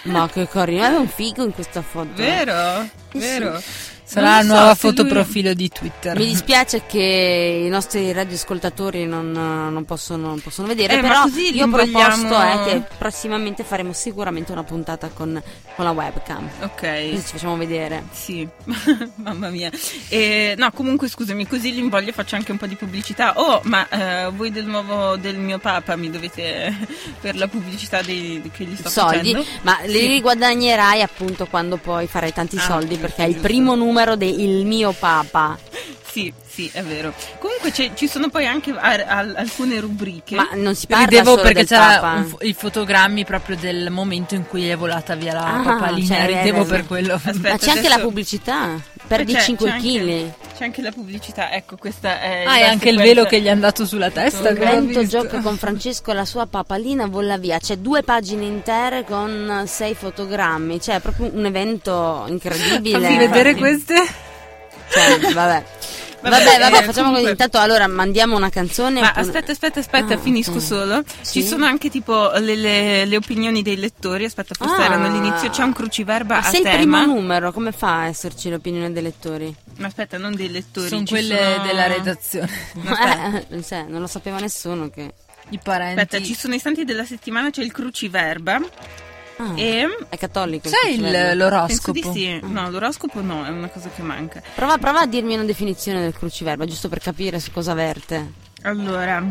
[SPEAKER 1] Ma che carino, aveva un figo in questa foto.
[SPEAKER 3] Vero? Vero?
[SPEAKER 2] Sarà la
[SPEAKER 3] Non so
[SPEAKER 2] nuova
[SPEAKER 3] se lui-
[SPEAKER 2] fotoprofilo di Twitter.
[SPEAKER 1] Mi dispiace che i nostri radioascoltatori non, non possono, non possono vedere,
[SPEAKER 3] Eh, ma
[SPEAKER 1] però
[SPEAKER 3] così li
[SPEAKER 1] io ho proposto
[SPEAKER 3] invogliamo-
[SPEAKER 1] eh, che prossimamente faremo sicuramente una puntata con, con la webcam.
[SPEAKER 3] Ok.
[SPEAKER 1] Così ci facciamo vedere.
[SPEAKER 3] Sì, mamma mia. Eh, no, comunque scusami, così li invoglio e faccio anche un po' di pubblicità. Oh, ma eh, voi del nuovo del mio papa mi dovete per la pubblicità dei, che gli sto
[SPEAKER 1] soldi,
[SPEAKER 3] facendo?
[SPEAKER 1] ma li
[SPEAKER 3] Sì.
[SPEAKER 1] riguadagnerai appunto quando poi farai tanti
[SPEAKER 3] Ah,
[SPEAKER 1] soldi
[SPEAKER 3] giusto,
[SPEAKER 1] perché è il
[SPEAKER 3] giusto.
[SPEAKER 1] primo numero del mio papa.
[SPEAKER 3] Sì, sì, è vero. Comunque c'è- ci sono poi anche ar- al- alcune rubriche.
[SPEAKER 1] Ma non si parla
[SPEAKER 2] Ridevo
[SPEAKER 1] solo
[SPEAKER 2] perché
[SPEAKER 1] del
[SPEAKER 2] c'era
[SPEAKER 1] papa.
[SPEAKER 2] un fo- i fotogrammi proprio del momento in cui è volata via la
[SPEAKER 1] Ah,
[SPEAKER 2] papalina.
[SPEAKER 1] cioè,
[SPEAKER 2] Ridevo
[SPEAKER 1] ragione.
[SPEAKER 2] per quello.
[SPEAKER 3] Aspetta,
[SPEAKER 1] ma c'è anche la
[SPEAKER 3] adesso- Eh,
[SPEAKER 1] pubblicità, perdi
[SPEAKER 3] C'è-
[SPEAKER 1] 5
[SPEAKER 3] c'è anche-
[SPEAKER 1] kg.
[SPEAKER 3] C'è anche la pubblicità, ecco, questa è
[SPEAKER 2] Ah, e
[SPEAKER 3] la
[SPEAKER 2] anche il
[SPEAKER 3] sequenza.
[SPEAKER 2] velo che gli è andato sulla testa.
[SPEAKER 3] L'ho
[SPEAKER 2] che avevo
[SPEAKER 1] Vento
[SPEAKER 2] visto.
[SPEAKER 1] gioca con Francesco e la sua papalina vola via. C'è due pagine intere con sei fotogrammi. Cioè, è proprio un evento incredibile.
[SPEAKER 2] Fammi vedere queste.
[SPEAKER 1] Cioè, vabbè. Vabbè,
[SPEAKER 3] Vabbè,
[SPEAKER 1] vabbè,
[SPEAKER 3] eh,
[SPEAKER 1] facciamo così.
[SPEAKER 3] comunque-
[SPEAKER 1] Intanto allora mandiamo una canzone.
[SPEAKER 3] Ma
[SPEAKER 1] oppure-
[SPEAKER 3] aspetta, aspetta, aspetta,
[SPEAKER 1] Ah,
[SPEAKER 3] finisco
[SPEAKER 1] ok.
[SPEAKER 3] solo.
[SPEAKER 1] Sì.
[SPEAKER 3] Ci sono anche tipo le, le- le opinioni dei lettori. Aspetta, forse
[SPEAKER 1] Ah.
[SPEAKER 3] erano all'inizio. C'è un cruciverba
[SPEAKER 1] Ma
[SPEAKER 3] a
[SPEAKER 1] sei il
[SPEAKER 3] tema.
[SPEAKER 1] primo numero, come fa a esserci l'opinione dei lettori?
[SPEAKER 3] Ma aspetta, non dei lettori.
[SPEAKER 2] Sono
[SPEAKER 3] ci
[SPEAKER 2] quelle
[SPEAKER 3] sono-
[SPEAKER 2] della redazione.
[SPEAKER 1] Eh, non so, non lo sapeva nessuno che...
[SPEAKER 2] I parenti.
[SPEAKER 3] Aspetta, ci sono i santi della settimana, c'è il cruciverba.
[SPEAKER 1] Ah,
[SPEAKER 3] E.
[SPEAKER 1] È cattolico. il
[SPEAKER 2] C'è il-
[SPEAKER 1] cristianesimo.
[SPEAKER 2] l'oroscopo.
[SPEAKER 3] Penso di sì.
[SPEAKER 1] Mm.
[SPEAKER 3] No, l'oroscopo no, è una cosa che manca.
[SPEAKER 1] Prova, prova a dirmi una definizione del cruciverba, giusto per capire su cosa verte.
[SPEAKER 3] Allora,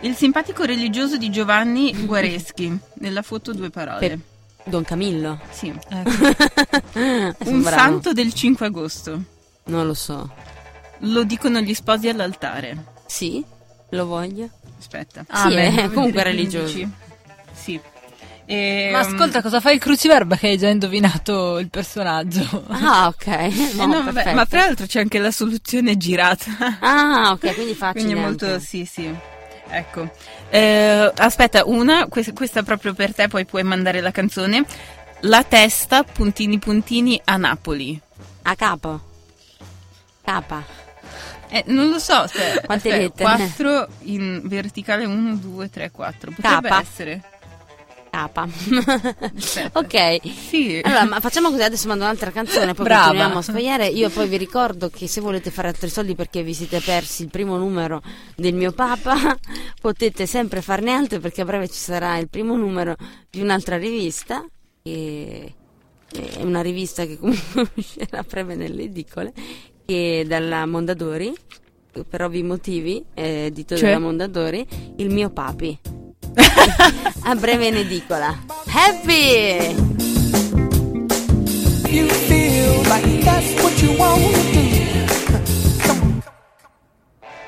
[SPEAKER 3] il simpatico religioso di Giovanni Guareschi. Nella foto due parole.
[SPEAKER 1] Pe- Don Camillo.
[SPEAKER 3] Sì.
[SPEAKER 2] Ecco.
[SPEAKER 1] un
[SPEAKER 3] Un santo del 5 agosto.
[SPEAKER 1] Non lo so.
[SPEAKER 3] Lo dicono gli sposi all'altare.
[SPEAKER 1] Sì, lo voglio.
[SPEAKER 3] Aspetta.
[SPEAKER 2] Ah,
[SPEAKER 1] sì,
[SPEAKER 2] beh,
[SPEAKER 1] è comunque
[SPEAKER 3] 23,
[SPEAKER 1] religioso.
[SPEAKER 3] 15. Sì. E,
[SPEAKER 1] Ehm,
[SPEAKER 2] Ma ascolta, cosa fa il cruciverba che hai già indovinato il personaggio?
[SPEAKER 1] Ah, ok.
[SPEAKER 3] um,
[SPEAKER 1] No,
[SPEAKER 3] eh no, vabbè,
[SPEAKER 1] perfetto.
[SPEAKER 3] ma tra l'altro c'è anche la soluzione girata.
[SPEAKER 1] Ah, ok, quindi facile.
[SPEAKER 3] Quindi è molto
[SPEAKER 1] anche.
[SPEAKER 3] sì, sì. Ecco. Eh, aspetta, una, questa, questa proprio per te, poi puoi mandare la canzone. La testa, puntini puntini a Napoli.
[SPEAKER 1] A capo. Capa.
[SPEAKER 3] Eh, non lo so, se-
[SPEAKER 1] Quante
[SPEAKER 3] aspetta,
[SPEAKER 1] lettere?
[SPEAKER 3] 4 in verticale 1 2 3 4. Potrebbe
[SPEAKER 1] K.
[SPEAKER 3] essere.
[SPEAKER 1] Capa.
[SPEAKER 3] Aspetta.
[SPEAKER 1] ok.
[SPEAKER 3] Sì.
[SPEAKER 1] Allora, ma facciamo così, adesso mando un'altra canzone, poi
[SPEAKER 2] Brava.
[SPEAKER 1] continuiamo a sfogliare. Io poi vi ricordo che se volete fare altri soldi perché vi siete persi il primo numero del mio papa, potete sempre farne altro perché a breve ci sarà il primo numero di un'altra rivista. Che è una rivista che comunque uscirà a breve nelle edicole, che è dalla Mondadori, per ovvi motivi, eh, edito
[SPEAKER 3] Cioè?
[SPEAKER 1] della Mondadori, il mio papi. a breve in edicola. Happy!
[SPEAKER 5] You feel like that's what you want to do.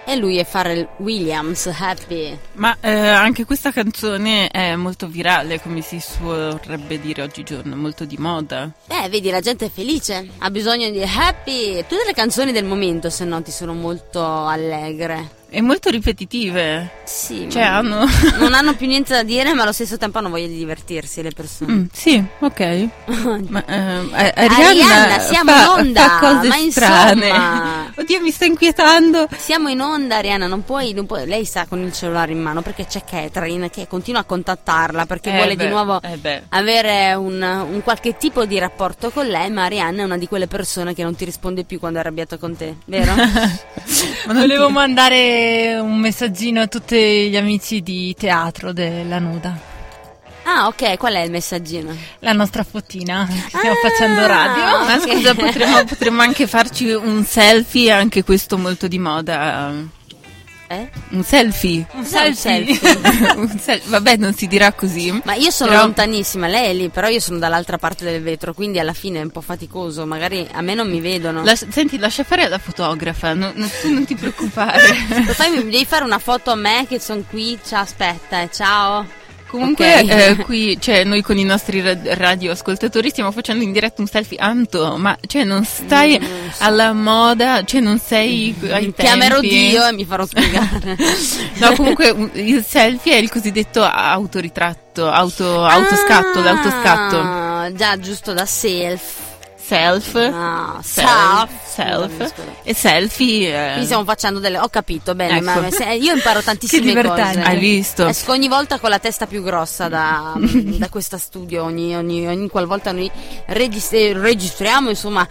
[SPEAKER 1] E lui è Pharrell Williams, happy.
[SPEAKER 3] Ma eh, anche questa canzone è molto virale, come si suonerebbe dire oggigiorno, molto di moda.
[SPEAKER 1] Beh, Eh, vedi, la gente è felice, ha bisogno di happy. Tutte le canzoni del momento, se no, ti sono molto allegre.
[SPEAKER 3] E molto ripetitive.
[SPEAKER 1] Sì,
[SPEAKER 3] Cioè,
[SPEAKER 1] ma-
[SPEAKER 3] hanno.
[SPEAKER 1] non hanno più niente da dire, ma allo stesso tempo hanno voglia di divertirsi le persone.
[SPEAKER 3] Mm, sì, ok. Ma, ehm, eh, Arianna,
[SPEAKER 1] Arianna, siamo
[SPEAKER 3] fa-
[SPEAKER 1] in onda,
[SPEAKER 3] fa cose
[SPEAKER 1] ma
[SPEAKER 3] strane.
[SPEAKER 1] insomma.
[SPEAKER 3] Oddio, mi sta inquietando.
[SPEAKER 1] Siamo in onda, Ariana, non puoi, non puoi- Lei sta con il cellulare in mano perché c'è Catherine che continua a contattarla perché
[SPEAKER 3] Eh,
[SPEAKER 1] vuole
[SPEAKER 3] beh,
[SPEAKER 1] di nuovo
[SPEAKER 3] eh, beh.
[SPEAKER 1] avere un, un qualche tipo di rapporto con lei, ma Arianna è una di quelle persone che non ti risponde più quando è arrabbiata con te, vero?
[SPEAKER 3] Ma non
[SPEAKER 2] Volevo
[SPEAKER 3] ti-
[SPEAKER 2] mandare un messaggino a tutti gli amici di teatro della nuda.
[SPEAKER 1] Ah, ok, qual è il messaggino?
[SPEAKER 2] La nostra fotina, che stiamo
[SPEAKER 1] Ah,
[SPEAKER 2] facendo radio.
[SPEAKER 1] Ah,
[SPEAKER 3] Ma
[SPEAKER 1] ok.
[SPEAKER 3] scusa, potremmo, potremmo anche farci un selfie, anche questo molto di moda.
[SPEAKER 1] Eh?
[SPEAKER 3] Un selfie.
[SPEAKER 1] Un selfie.
[SPEAKER 3] Un sel- Vabbè, non si dirà così.
[SPEAKER 1] Ma io sono
[SPEAKER 3] Però-
[SPEAKER 1] lontanissima, lei è lì, però io sono dall'altra parte del vetro, quindi alla fine è un po' faticoso, magari a me non mi vedono.
[SPEAKER 3] Lascia- senti, lascia fare alla fotografa, non, non- tu non ti preoccupare.
[SPEAKER 1] Lo sai, mi devi fare una foto a me che sono qui, ciao, aspetta, eh, ciao.
[SPEAKER 3] Comunque,
[SPEAKER 1] Ok.
[SPEAKER 3] eh, qui, cioè, noi con i nostri ra- radioascoltatori stiamo facendo in diretta un selfie. Anto, ma cioè, non
[SPEAKER 1] Mm,
[SPEAKER 3] stai alla moda, cioè, non sei ai
[SPEAKER 1] Mi Mm, chiamerò
[SPEAKER 3] tempi? eh?
[SPEAKER 1] Dio e mi farò spiegare.
[SPEAKER 3] No, comunque un- il selfie è il cosiddetto autoritratto, auto, autoscatto,
[SPEAKER 1] Ah,
[SPEAKER 3] l'autoscatto.
[SPEAKER 1] Già, giusto da self.
[SPEAKER 3] Self.
[SPEAKER 1] Ah,
[SPEAKER 3] Self,
[SPEAKER 1] self. Scusami,
[SPEAKER 3] self
[SPEAKER 1] scusa.
[SPEAKER 3] e selfie. eh.
[SPEAKER 1] Qui stiamo facendo delle. Ho capito bene,
[SPEAKER 3] Ecco.
[SPEAKER 1] ma se- io imparo tantissime
[SPEAKER 2] Che
[SPEAKER 1] cose.
[SPEAKER 2] divertente.
[SPEAKER 3] Hai visto?
[SPEAKER 1] Esco ogni volta con la testa più grossa da, da questa studio, ogni, ogni, ogni qualvolta noi registri- registriamo insomma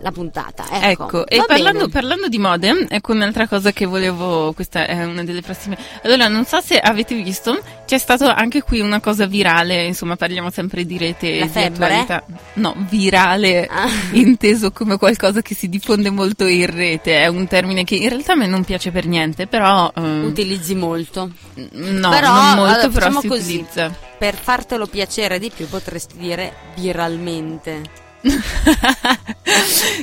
[SPEAKER 1] la puntata. Ecco,
[SPEAKER 3] Ecco, e
[SPEAKER 1] Va
[SPEAKER 3] parlando,
[SPEAKER 1] bene.
[SPEAKER 3] parlando di mode, ecco un'altra cosa che volevo, questa è una delle prossime. Allora, non so se avete visto, c'è stata anche qui una cosa virale, insomma parliamo sempre di rete
[SPEAKER 1] La
[SPEAKER 3] di
[SPEAKER 1] febbre?
[SPEAKER 3] attualità. No, virale,
[SPEAKER 1] Ah.
[SPEAKER 3] inteso come qualcosa che si diffonde molto in rete, è un termine che in realtà a me non piace per niente, però... ehm,
[SPEAKER 1] utilizzi molto.
[SPEAKER 3] no,
[SPEAKER 1] però,
[SPEAKER 3] non molto,
[SPEAKER 1] allora,
[SPEAKER 3] però
[SPEAKER 1] facciamo
[SPEAKER 3] si
[SPEAKER 1] così.
[SPEAKER 3] utilizza.
[SPEAKER 1] Per fartelo piacere di più potresti dire viralmente.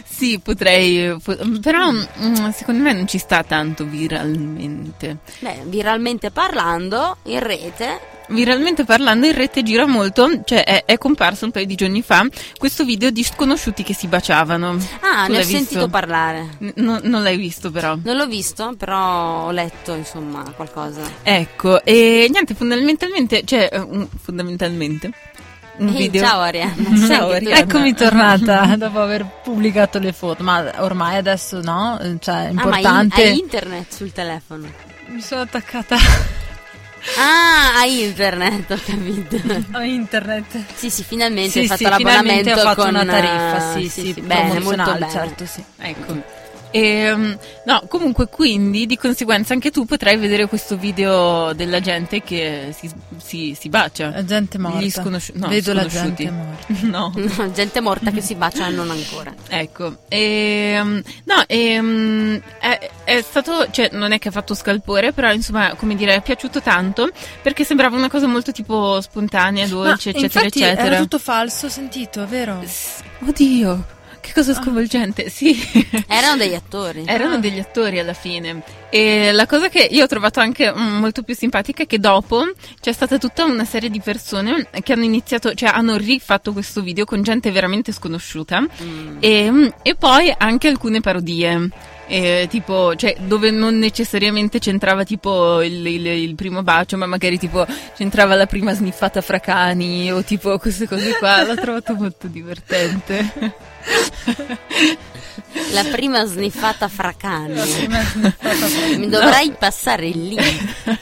[SPEAKER 3] sì, potrei, po- però mm, secondo me non ci sta tanto viralmente.
[SPEAKER 1] Beh, viralmente parlando, in rete,
[SPEAKER 3] Viralmente parlando, in rete gira molto, cioè è, è comparso un paio di giorni fa questo video di sconosciuti che si baciavano.
[SPEAKER 1] ah,
[SPEAKER 3] Tu
[SPEAKER 1] ne ho
[SPEAKER 3] l'hai visto?
[SPEAKER 1] sentito parlare.
[SPEAKER 3] N- no- non l'hai visto però.
[SPEAKER 1] Non l'ho visto, però ho letto insomma qualcosa.
[SPEAKER 3] Ecco, e niente, fondamentalmente, cioè, eh, un- fondamentalmente, un
[SPEAKER 1] Ehi,
[SPEAKER 3] video...
[SPEAKER 1] Ciao Arianna. Sai
[SPEAKER 3] Ciao,
[SPEAKER 1] che tu-
[SPEAKER 3] Arianna.
[SPEAKER 2] Eccomi tornata dopo aver pubblicato le foto, ma ormai adesso no, eh, cioè è
[SPEAKER 1] Ah, ma in-
[SPEAKER 2] importante.
[SPEAKER 1] hai internet sul telefono.
[SPEAKER 2] Mi sono attaccata
[SPEAKER 1] Ah, a internet, ho capito.
[SPEAKER 2] a internet.
[SPEAKER 1] Sì, sì, finalmente
[SPEAKER 2] Sì,
[SPEAKER 1] hai
[SPEAKER 2] sì,
[SPEAKER 1] fatto l'abbonamento
[SPEAKER 2] finalmente ho fatto
[SPEAKER 1] con
[SPEAKER 2] una tariffa, sì,
[SPEAKER 1] eh,
[SPEAKER 2] sì,
[SPEAKER 1] bene, molto
[SPEAKER 2] promozionale,
[SPEAKER 1] bene.
[SPEAKER 2] certo, sì.
[SPEAKER 3] Ecco. Ehm, no, comunque quindi di conseguenza anche tu potrai vedere questo video della gente che si, si, si bacia.
[SPEAKER 2] La gente morta.
[SPEAKER 3] Gli sconosci- no,
[SPEAKER 2] Vedo la
[SPEAKER 3] sconosciuti.
[SPEAKER 2] gente morta.
[SPEAKER 3] No.
[SPEAKER 1] No, gente morta che si bacia non ancora.
[SPEAKER 3] Ecco, ehm, no, ehm, è, è stato, cioè non è che ha fatto scalpore, però insomma, come dire, è piaciuto tanto perché sembrava una cosa molto tipo spontanea, dolce, eccetera,
[SPEAKER 2] infatti
[SPEAKER 3] eccetera.
[SPEAKER 2] Era tutto falso, ho sentito, è vero?
[SPEAKER 3] S- Oddio, che cosa sconvolgente, sì.
[SPEAKER 1] Erano degli attori.
[SPEAKER 3] Erano degli attori alla fine. E la cosa che io ho trovato anche mm, molto più simpatica è che dopo c'è stata tutta una serie di persone che hanno iniziato, cioè hanno rifatto questo video con gente veramente sconosciuta
[SPEAKER 1] Mm.
[SPEAKER 3] e, e poi anche alcune parodie. eh, tipo, cioè, dove non necessariamente c'entrava tipo il, il- il primo bacio, ma magari tipo c'entrava la prima sniffata fra cani o tipo queste cose qua. L'ho trovato molto divertente.
[SPEAKER 1] La prima sniffata fra cani. Mi
[SPEAKER 3] No.
[SPEAKER 1] dovrai passare il link.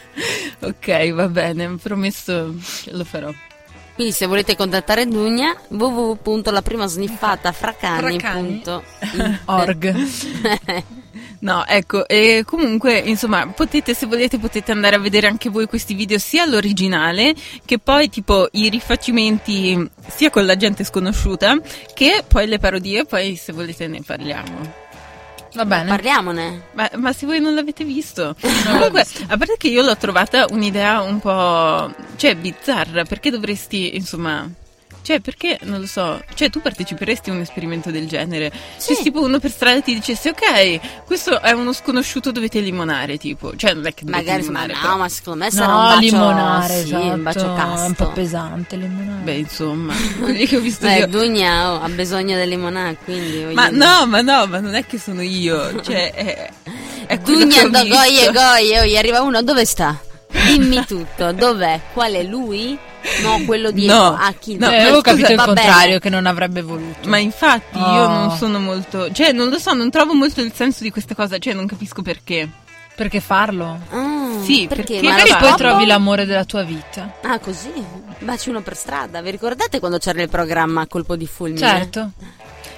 [SPEAKER 3] ok, va bene, promesso che lo farò.
[SPEAKER 1] Quindi se volete contattare Dugna, www.laprimasniffatafracani.org
[SPEAKER 2] Org.
[SPEAKER 3] No, ecco, e comunque, insomma, potete, se volete, potete andare a vedere anche voi questi video sia l'originale che poi tipo i rifacimenti sia con la gente sconosciuta che poi le parodie, poi se volete ne parliamo.
[SPEAKER 2] Va
[SPEAKER 3] Eh?
[SPEAKER 2] bene.
[SPEAKER 1] Parliamone.
[SPEAKER 3] Ma, ma se voi non l'avete visto, comunque, a parte che io l'ho trovata un'idea un po', cioè, bizzarra, perché dovresti, insomma... Cioè, perché, non lo so, cioè tu parteciperesti a un esperimento del genere? Cioè,
[SPEAKER 1] Sì.
[SPEAKER 3] Se tipo uno per strada ti dicesse, ok, questo è uno sconosciuto, dovete limonare, tipo. Cioè, non è che dovete
[SPEAKER 1] Magari
[SPEAKER 3] limonare,
[SPEAKER 1] no,
[SPEAKER 3] però.
[SPEAKER 1] ma secondo me sarà un
[SPEAKER 2] No,
[SPEAKER 1] bacio,
[SPEAKER 2] limonare,
[SPEAKER 1] sì,
[SPEAKER 2] esatto,
[SPEAKER 1] un bacio
[SPEAKER 2] È un po'
[SPEAKER 1] casto.
[SPEAKER 2] pesante limonare.
[SPEAKER 3] Beh, insomma, quelli che ho visto
[SPEAKER 1] Beh,
[SPEAKER 3] io.
[SPEAKER 1] Dugna oh, ha bisogno del limonà, quindi voglio
[SPEAKER 3] Ma
[SPEAKER 1] dire.
[SPEAKER 3] no, ma no, ma non è che sono io, cioè, è... è quello che
[SPEAKER 1] Dugna
[SPEAKER 3] ho
[SPEAKER 1] da
[SPEAKER 3] visto.
[SPEAKER 1] goie goie, oh, gli arriva uno, dove sta? Dimmi tutto, dov'è? Qual è lui? No, quello dietro.
[SPEAKER 3] No,
[SPEAKER 1] ah, chi?
[SPEAKER 3] no,
[SPEAKER 2] Eh,
[SPEAKER 3] ma
[SPEAKER 2] avevo
[SPEAKER 3] scusa,
[SPEAKER 2] capito il
[SPEAKER 1] va bene.
[SPEAKER 2] contrario, che non avrebbe voluto.
[SPEAKER 3] Ma infatti io
[SPEAKER 2] Oh.
[SPEAKER 3] non sono molto... Cioè, non lo so, non trovo molto il senso di questa cosa, cioè non capisco perché.
[SPEAKER 2] Perché farlo?
[SPEAKER 1] Ah,
[SPEAKER 3] Sì, perché
[SPEAKER 1] Ma lo
[SPEAKER 2] Magari poi
[SPEAKER 3] Allora,
[SPEAKER 1] scopo?
[SPEAKER 3] dopo-
[SPEAKER 2] trovi l'amore della tua vita.
[SPEAKER 1] Ah, così? Baci uno per strada. Vi ricordate quando c'era il programma Colpo di Fulmine?
[SPEAKER 2] Certo.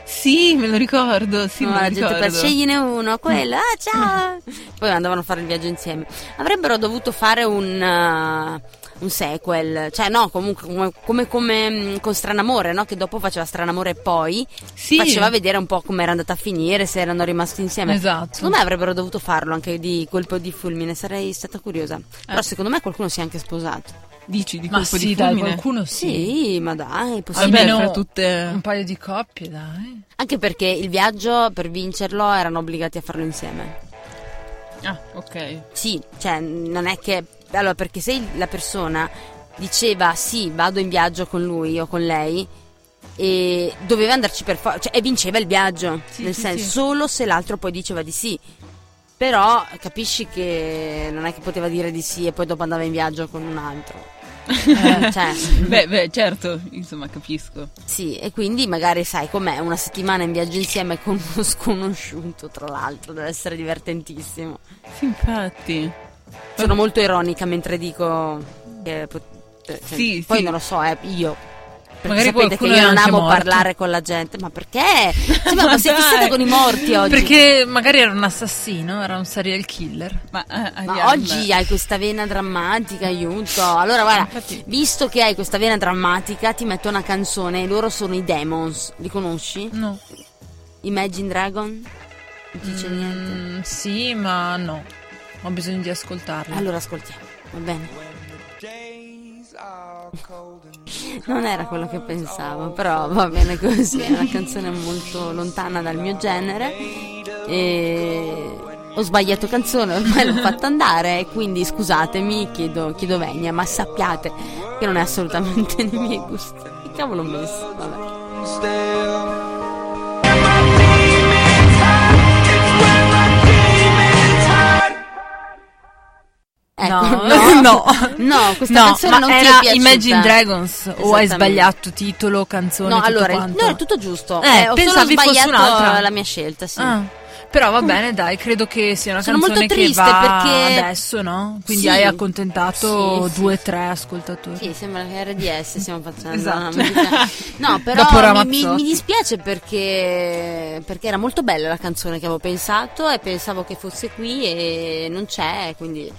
[SPEAKER 3] Sì, me lo ricordo, sì,
[SPEAKER 1] No,
[SPEAKER 3] me lo
[SPEAKER 1] la gente
[SPEAKER 3] ricordo.
[SPEAKER 1] per scegliene uno,
[SPEAKER 2] Mm.
[SPEAKER 1] quello, ah ciao! Poi andavano a fare il viaggio insieme. Avrebbero dovuto fare un, eh, un sequel, cioè no, comunque come, come, come, mh, con Stranamore, no? Che dopo faceva Stranamore e poi
[SPEAKER 2] Sì.
[SPEAKER 1] faceva vedere un po' come era andata a finire, se erano rimasti insieme.
[SPEAKER 2] Esatto.
[SPEAKER 1] Eh, Secondo me avrebbero dovuto farlo anche di colpo di fulmine, sarei stata curiosa.
[SPEAKER 2] Eh.
[SPEAKER 1] Però secondo me qualcuno si è anche sposato.
[SPEAKER 3] Dici di
[SPEAKER 2] Ma
[SPEAKER 3] colpo
[SPEAKER 2] sì,
[SPEAKER 3] di
[SPEAKER 2] dai,
[SPEAKER 3] fulmine?
[SPEAKER 2] qualcuno sì.
[SPEAKER 1] Sì, ma dai, è possibile.
[SPEAKER 2] Almeno
[SPEAKER 3] fra tutte-
[SPEAKER 2] un paio di coppie, dai.
[SPEAKER 1] Anche perché il viaggio per vincerlo erano obbligati a farlo insieme.
[SPEAKER 3] Ah, ok.
[SPEAKER 1] Sì, cioè non è che... Allora, perché se il- la persona diceva sì, vado in viaggio con lui o con lei, e doveva andarci per forza, cioè e vinceva il viaggio,
[SPEAKER 2] Sì,
[SPEAKER 1] nel
[SPEAKER 2] sì,
[SPEAKER 1] senso
[SPEAKER 2] sì.
[SPEAKER 1] solo se l'altro poi diceva di sì. Però capisci che non è che poteva dire di sì e poi dopo andava in viaggio con un altro. Eh, cioè,
[SPEAKER 3] Beh, beh, certo, insomma, capisco.
[SPEAKER 1] Sì, e quindi magari sai com'è una settimana in viaggio insieme con uno sconosciuto, tra l'altro, deve essere divertentissimo.
[SPEAKER 3] Sì, infatti.
[SPEAKER 1] Sono molto ironica mentre dico che pot- cioè,
[SPEAKER 3] Sì,
[SPEAKER 1] poi
[SPEAKER 3] sì.
[SPEAKER 1] non lo so, eh, io perché
[SPEAKER 2] Magari
[SPEAKER 1] sapete che
[SPEAKER 2] qualcuno
[SPEAKER 1] io
[SPEAKER 2] è
[SPEAKER 1] non
[SPEAKER 2] anche
[SPEAKER 1] amo
[SPEAKER 2] morto.
[SPEAKER 1] parlare con la gente, ma perché? Sì, Cioè, ma
[SPEAKER 3] Ma
[SPEAKER 1] siete
[SPEAKER 3] dai.
[SPEAKER 1] fissate con i morti oggi.
[SPEAKER 2] Perché magari era un assassino, era un serial killer.
[SPEAKER 3] Ma, eh, Arianna-
[SPEAKER 1] Ma oggi eh, hai questa vena drammatica, aiuto. Allora, guarda,
[SPEAKER 3] Infatti-
[SPEAKER 1] visto che hai questa vena drammatica, ti metto una canzone. Loro sono i Demons. Li conosci?
[SPEAKER 2] No.
[SPEAKER 1] Imagine Dragon? Non ti dice niente.
[SPEAKER 2] Mm, sì, ma no. Ho bisogno di ascoltarlo.
[SPEAKER 1] Allora ascoltiamo, va bene. Non era quello che pensavo, però va bene così, è una canzone molto lontana dal mio genere e ho sbagliato canzone, ormai l'ho fatta andare e quindi scusatemi, chiedo, chiedo venia, ma sappiate che non è assolutamente nei miei gusti. Che cavolo ho messo? Vabbè. Ecco,
[SPEAKER 2] no, no.
[SPEAKER 1] No, questa
[SPEAKER 2] No,
[SPEAKER 1] canzone
[SPEAKER 2] ma
[SPEAKER 1] non
[SPEAKER 2] era
[SPEAKER 1] ti è piaciuta.
[SPEAKER 2] Imagine Dragons o hai
[SPEAKER 1] Esattamente.
[SPEAKER 2] sbagliato titolo, canzone,
[SPEAKER 1] No,
[SPEAKER 2] tutto
[SPEAKER 1] allora,
[SPEAKER 2] quanto?
[SPEAKER 1] no, è tutto giusto.
[SPEAKER 2] Eh,
[SPEAKER 1] Eh, ho solo
[SPEAKER 2] pensavi fosse
[SPEAKER 1] sbagliato
[SPEAKER 2] un'altra.
[SPEAKER 1] la mia scelta, sì.
[SPEAKER 2] Ah, Però va bene, dai, credo che sia una
[SPEAKER 1] Sono molto
[SPEAKER 2] canzone che
[SPEAKER 1] triste
[SPEAKER 2] va
[SPEAKER 1] perché-
[SPEAKER 2] adesso, no? Quindi
[SPEAKER 1] Sì.
[SPEAKER 2] hai accontentato
[SPEAKER 1] Sì, sì,
[SPEAKER 2] due o
[SPEAKER 1] sì.
[SPEAKER 2] tre ascoltatori.
[SPEAKER 1] Sì, sembra che RDS stiamo facendo
[SPEAKER 3] Esatto.
[SPEAKER 1] una musica- No,
[SPEAKER 2] Dopo
[SPEAKER 1] però mi- mi,
[SPEAKER 2] Ramazzotti.
[SPEAKER 1] mi dispiace perché, perché era molto bella la canzone che avevo pensato e pensavo che fosse qui e non c'è, quindi,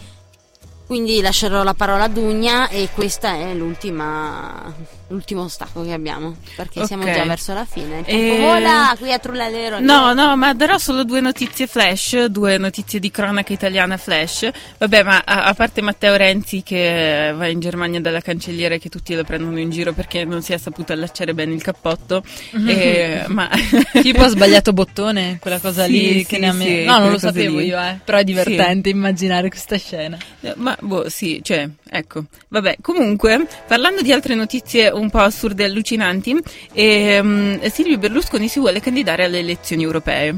[SPEAKER 1] quindi lascerò la parola a Dugna e questo è l'ultima, l'ultimo stacco che abbiamo perché siamo
[SPEAKER 3] Ok.
[SPEAKER 1] già verso la fine.
[SPEAKER 2] Ehm.
[SPEAKER 1] Il
[SPEAKER 3] E-
[SPEAKER 1] tempo vola, qui a Trullalero.
[SPEAKER 3] No, no, ma darò solo due notizie flash, due notizie di cronaca italiana flash. Vabbè, ma a, a parte Matteo Renzi che va in Germania dalla cancelliera e che tutti lo prendono in giro perché non si è saputo allacciare bene il cappotto. eh, ma...
[SPEAKER 2] Tipo ha sbagliato bottone, quella cosa
[SPEAKER 3] Sì,
[SPEAKER 2] lì
[SPEAKER 3] sì,
[SPEAKER 2] che ne ha me-
[SPEAKER 3] sì,
[SPEAKER 2] No, non
[SPEAKER 3] quelle
[SPEAKER 2] lo
[SPEAKER 3] cose
[SPEAKER 2] sapevo
[SPEAKER 3] lì.
[SPEAKER 2] io, eh. Però è divertente immaginare questa scena.
[SPEAKER 3] Eh, Ma boh, sì, cioè, ecco. Vabbè, comunque, parlando di altre notizie un po' assurde e allucinanti, ehm, Silvio Berlusconi si vuole candidare alle elezioni europee,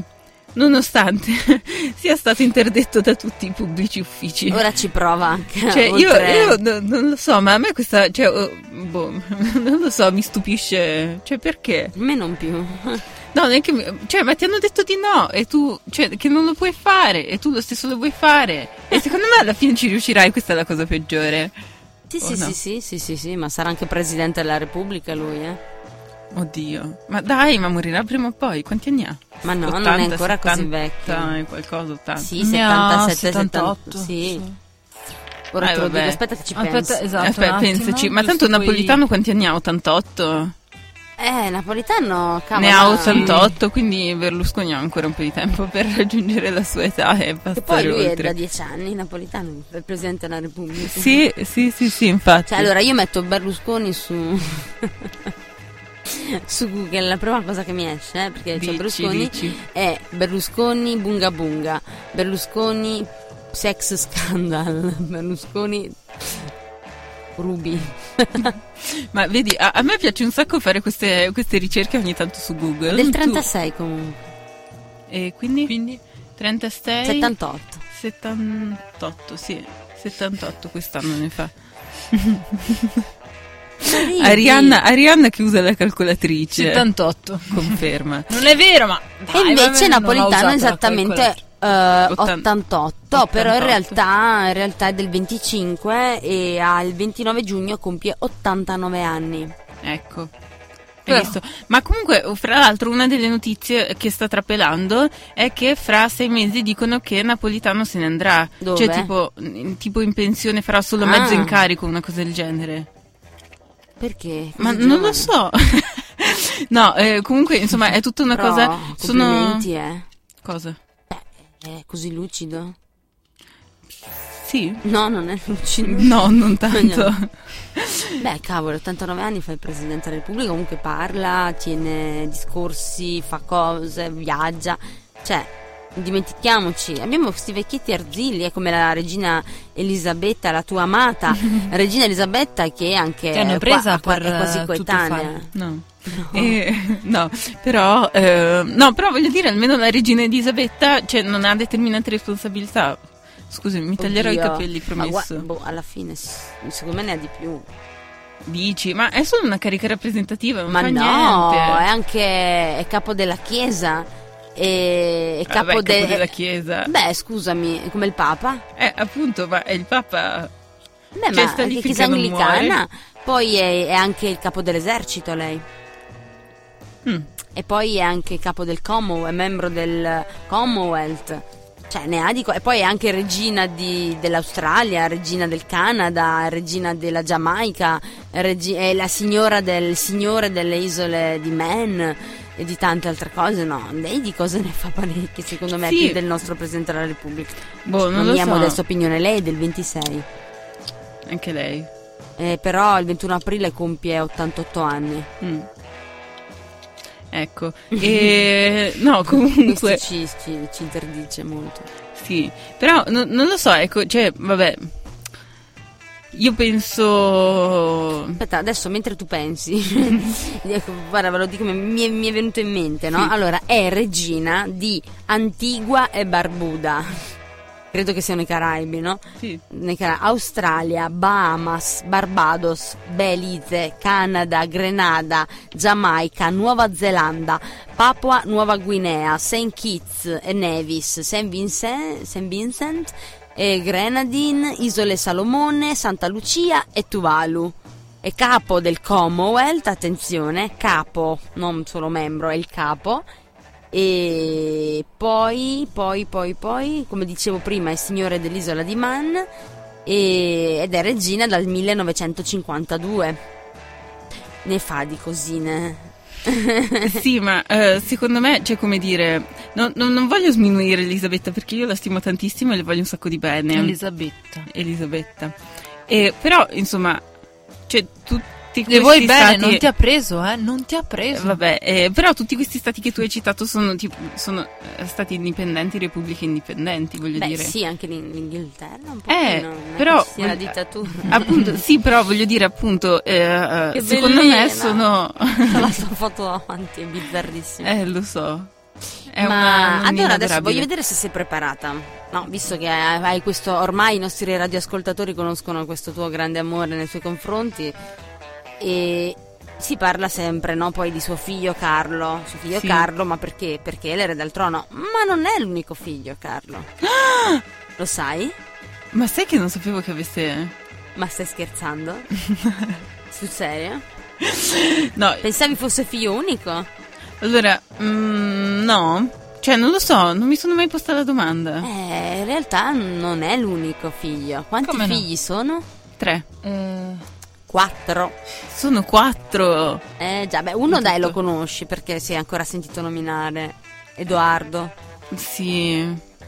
[SPEAKER 3] nonostante sia stato interdetto da tutti i pubblici uffici.
[SPEAKER 1] Ora ci prova anche.
[SPEAKER 3] Cioè, io,
[SPEAKER 1] Ah, oltre-
[SPEAKER 3] io no- non lo so, ma a me questa, cioè, oh, boh, non lo so, mi stupisce, cioè, perché?
[SPEAKER 1] Me non più.
[SPEAKER 3] No, non è che mi- cioè, ma ti hanno detto di no e tu, cioè, che non lo puoi fare e tu lo stesso lo vuoi fare. E secondo me alla fine ci riuscirai, questa è la cosa peggiore.
[SPEAKER 1] Sì,
[SPEAKER 3] Oh,
[SPEAKER 1] sì,
[SPEAKER 3] no.
[SPEAKER 1] sì, sì, sì, sì, sì, ma sarà anche presidente della Repubblica lui, eh.
[SPEAKER 3] Oddio, ma dai, ma morirà prima o poi, quanti anni ha?
[SPEAKER 1] Ma no, non
[SPEAKER 3] 80,
[SPEAKER 1] è ancora così
[SPEAKER 3] 70,
[SPEAKER 1] vecchio.
[SPEAKER 3] qualcosa, 80.
[SPEAKER 1] Sì,
[SPEAKER 2] Ne ha
[SPEAKER 1] 77, 78.
[SPEAKER 2] 78.
[SPEAKER 1] Sì. Ora
[SPEAKER 3] Eh,
[SPEAKER 1] te lo
[SPEAKER 3] vabbè.
[SPEAKER 1] dico, aspetta che ci
[SPEAKER 2] Aspetta,
[SPEAKER 1] penso.
[SPEAKER 2] esatto,
[SPEAKER 3] Aspetta,
[SPEAKER 2] un attimo,
[SPEAKER 3] Eh, pensaci, ma
[SPEAKER 2] giusto
[SPEAKER 3] tanto
[SPEAKER 2] qui-
[SPEAKER 3] Napolitano quanti anni ha? 88?
[SPEAKER 1] Eh, Napolitano, cavolo. Mm.
[SPEAKER 3] ne ha
[SPEAKER 1] ma-
[SPEAKER 3] 88, quindi Berlusconi ha ancora un po' di tempo per raggiungere la sua età e
[SPEAKER 1] Che
[SPEAKER 3] passare
[SPEAKER 1] poi lui è
[SPEAKER 3] oltre.
[SPEAKER 1] da 10 anni, Napolitano, è il presidente della Repubblica.
[SPEAKER 3] Sì, sì, sì, sì, infatti.
[SPEAKER 1] Cioè, allora io metto Berlusconi su. su Google, la prima cosa che mi esce, eh, perché
[SPEAKER 3] Dici,
[SPEAKER 1] c'è Berlusconi.
[SPEAKER 3] dici.
[SPEAKER 1] è Berlusconi Bunga Bunga, Berlusconi Sex Scandal, Berlusconi Ruby.
[SPEAKER 3] Ma vedi, a, a me piace un sacco fare queste, queste ricerche ogni tanto su Google.
[SPEAKER 1] Del
[SPEAKER 3] Mm, Tu-
[SPEAKER 1] 36 comunque,
[SPEAKER 3] E quindi? 36?
[SPEAKER 1] 78.
[SPEAKER 3] 78, sì. 78 quest'anno ne fa. Cioè,
[SPEAKER 1] Ridi.
[SPEAKER 3] Arianna, Arianna che usa la calcolatrice.
[SPEAKER 2] 78.
[SPEAKER 3] Conferma.
[SPEAKER 2] Non è vero, ma...
[SPEAKER 1] E
[SPEAKER 2] dai,
[SPEAKER 1] invece
[SPEAKER 2] vabbè, non ho usato
[SPEAKER 1] Napolitano
[SPEAKER 2] la
[SPEAKER 1] è esattamente
[SPEAKER 2] calcolatrice.
[SPEAKER 1] eh, 88, però in
[SPEAKER 3] 88.
[SPEAKER 1] realtà, in realtà è del 25 e al 29 giugno compie 89 anni.
[SPEAKER 3] Ecco. Hai
[SPEAKER 2] Però-
[SPEAKER 3] visto? Ma comunque, fra l'altro, una delle notizie che sta trapelando è che fra sei mesi dicono che Napolitano se ne andrà.
[SPEAKER 1] Dove?
[SPEAKER 3] Cioè, tipo, in- tipo in pensione farà solo
[SPEAKER 1] Ah.
[SPEAKER 3] mezzo incarico, una cosa del genere.
[SPEAKER 1] Perché?
[SPEAKER 3] Ma
[SPEAKER 1] Così
[SPEAKER 3] non lo
[SPEAKER 1] giovane.
[SPEAKER 3] so. no, eh, comunque, insomma, è tutta una
[SPEAKER 1] Però,
[SPEAKER 3] cosa. Sono.
[SPEAKER 1] complimenti, eh.
[SPEAKER 3] Cosa?
[SPEAKER 1] È così lucido?
[SPEAKER 3] Sì.
[SPEAKER 1] No, non è lucido.
[SPEAKER 3] No, non tanto.
[SPEAKER 1] Beh, cavolo, 89 anni fa il Presidente della Repubblica, comunque parla, tiene discorsi, fa cose, viaggia. Cioè, dimentichiamoci, abbiamo questi vecchietti arzilli, è come la regina Elisabetta, la tua amata regina Elisabetta che è anche
[SPEAKER 2] Ti hanno
[SPEAKER 1] qua-
[SPEAKER 2] presa
[SPEAKER 1] qua-
[SPEAKER 2] per,
[SPEAKER 1] è quasi
[SPEAKER 2] eh, tutto
[SPEAKER 1] coetanea.
[SPEAKER 2] fan.
[SPEAKER 3] No. Eh, no, però, eh, no, però voglio dire, almeno la regina Elisabetta cioè, non ha determinate responsabilità. Scusami, mi taglierò i
[SPEAKER 1] Oddio.
[SPEAKER 3] capelli,
[SPEAKER 1] Ma gua-
[SPEAKER 3] promesso.
[SPEAKER 1] boh, alla fine, s- secondo me ne ha di più.
[SPEAKER 3] Dici, ma è solo una carica rappresentativa, non
[SPEAKER 1] Ma
[SPEAKER 3] fa
[SPEAKER 1] no,
[SPEAKER 3] niente.
[SPEAKER 1] è anche è capo della Chiesa. e- È,
[SPEAKER 3] Eh, Vabbè,
[SPEAKER 1] capo, de-
[SPEAKER 3] della chiesa.
[SPEAKER 1] Beh, scusami, è come il Papa.
[SPEAKER 3] Eh, appunto, ma è il Papa.
[SPEAKER 1] Beh,
[SPEAKER 3] Cioè,
[SPEAKER 1] ma
[SPEAKER 3] sta lì
[SPEAKER 1] che
[SPEAKER 3] finché
[SPEAKER 1] chiesa
[SPEAKER 3] non
[SPEAKER 1] anglicana, poi è, è anche il capo dell'esercito lei.
[SPEAKER 3] Mm.
[SPEAKER 1] E poi è anche capo del Commonwealth, è membro del Commonwealth. Cioè, ne ha di co- E poi è anche regina di- dell'Australia, regina del Canada, regina della Giamaica, regi- è la signora del signore delle isole di Man e di tante altre cose. No, lei di cose ne fa parecchie, secondo me,
[SPEAKER 3] Sì.
[SPEAKER 1] più del nostro Presidente della Repubblica.
[SPEAKER 3] Boh, non
[SPEAKER 1] La
[SPEAKER 3] lo
[SPEAKER 1] mia
[SPEAKER 3] so.
[SPEAKER 1] modesta opinione, lei è del 26.
[SPEAKER 3] Anche lei.
[SPEAKER 1] Eh, però il 21 aprile compie 88 anni.
[SPEAKER 3] Mm. Ecco. E, no, comunque.
[SPEAKER 1] Questo ci, ci, ci interdice molto.
[SPEAKER 3] Sì, però no- non lo so, ecco, cioè, vabbè. Io penso.
[SPEAKER 1] Aspetta, adesso mentre tu pensi, ecco, guarda, ve lo dico, mi è, mi è venuto in mente, no?
[SPEAKER 3] Sì.
[SPEAKER 1] Allora, è regina di Antigua e Barbuda. Credo che siano i Caraibi, no?
[SPEAKER 3] Sì.
[SPEAKER 1] Nei Cara- Australia, Bahamas, Barbados, Belize, Canada, Grenada, Giamaica, Nuova Zelanda, Papua Nuova Guinea, St. Kitts e Nevis, St. Vincent, St. Vincent e Grenadine, Isole Salomone, Santa Lucia e Tuvalu. È capo del Commonwealth, attenzione, capo, non solo membro, è il capo. E poi, poi, poi, poi, come dicevo prima, è signore dell'isola di Man e- ed è regina dal 1952. Ne fa di cosine.
[SPEAKER 3] Sì, ma eh, secondo me, cioè, come dire, no- no- non voglio sminuire Elisabetta perché io la stimo tantissimo e le voglio un sacco di bene.
[SPEAKER 2] Elisabetta.
[SPEAKER 3] Elisabetta. E, però, insomma, cioè, tutti questi
[SPEAKER 2] Le vuoi bene,
[SPEAKER 3] stati...
[SPEAKER 2] non ti ha preso, eh? Non ti ha
[SPEAKER 3] Eh,
[SPEAKER 2] preso.
[SPEAKER 3] Vabbè, eh, però tutti questi stati che tu hai citato sono, tipo- sono eh, stati indipendenti, repubbliche indipendenti, voglio
[SPEAKER 1] Beh,
[SPEAKER 3] dire.
[SPEAKER 1] sì, anche l'In- l'Inghilterra un po'.
[SPEAKER 3] Eh,
[SPEAKER 1] non è
[SPEAKER 3] però- eh.
[SPEAKER 1] che ci sia la dittatura.
[SPEAKER 3] Appunto, sì, però voglio dire, appunto, eh, eh,
[SPEAKER 1] Che
[SPEAKER 3] secondo
[SPEAKER 1] bellina!
[SPEAKER 3] me sono...
[SPEAKER 1] Ho la sua foto davanti, è bizzarrissima.
[SPEAKER 3] eh, lo so. È
[SPEAKER 1] Ma
[SPEAKER 3] una nonnina
[SPEAKER 1] allora adesso
[SPEAKER 3] adorabile.
[SPEAKER 1] voglio vedere se sei preparata. No, visto che hai questo. Ormai i nostri radioascoltatori conoscono questo tuo grande amore nei suoi confronti. E si parla sempre, no? Poi di suo figlio Carlo. Suo figlio
[SPEAKER 3] Sì.
[SPEAKER 1] Carlo, ma perché? Perché lei era del trono. Ma non è l'unico figlio, Carlo. Lo sai?
[SPEAKER 3] Ma sai che non sapevo che avesse...
[SPEAKER 1] Ma stai scherzando? Sul serio?
[SPEAKER 3] No,
[SPEAKER 1] Pensavi fosse figlio
[SPEAKER 3] Ah.
[SPEAKER 1] unico?
[SPEAKER 3] allora, mm, no. Cioè, non lo so, non mi sono mai posta la domanda.
[SPEAKER 1] Eh, in realtà non è l'unico figlio. Quanti
[SPEAKER 2] Come no?
[SPEAKER 1] figli sono?
[SPEAKER 3] Tre.
[SPEAKER 2] Eh,
[SPEAKER 1] Quattro.
[SPEAKER 3] Sono quattro.
[SPEAKER 1] Eh già, beh, uno
[SPEAKER 3] Tutto.
[SPEAKER 1] dai lo conosci perché si è ancora sentito nominare Edoardo.
[SPEAKER 3] Sì,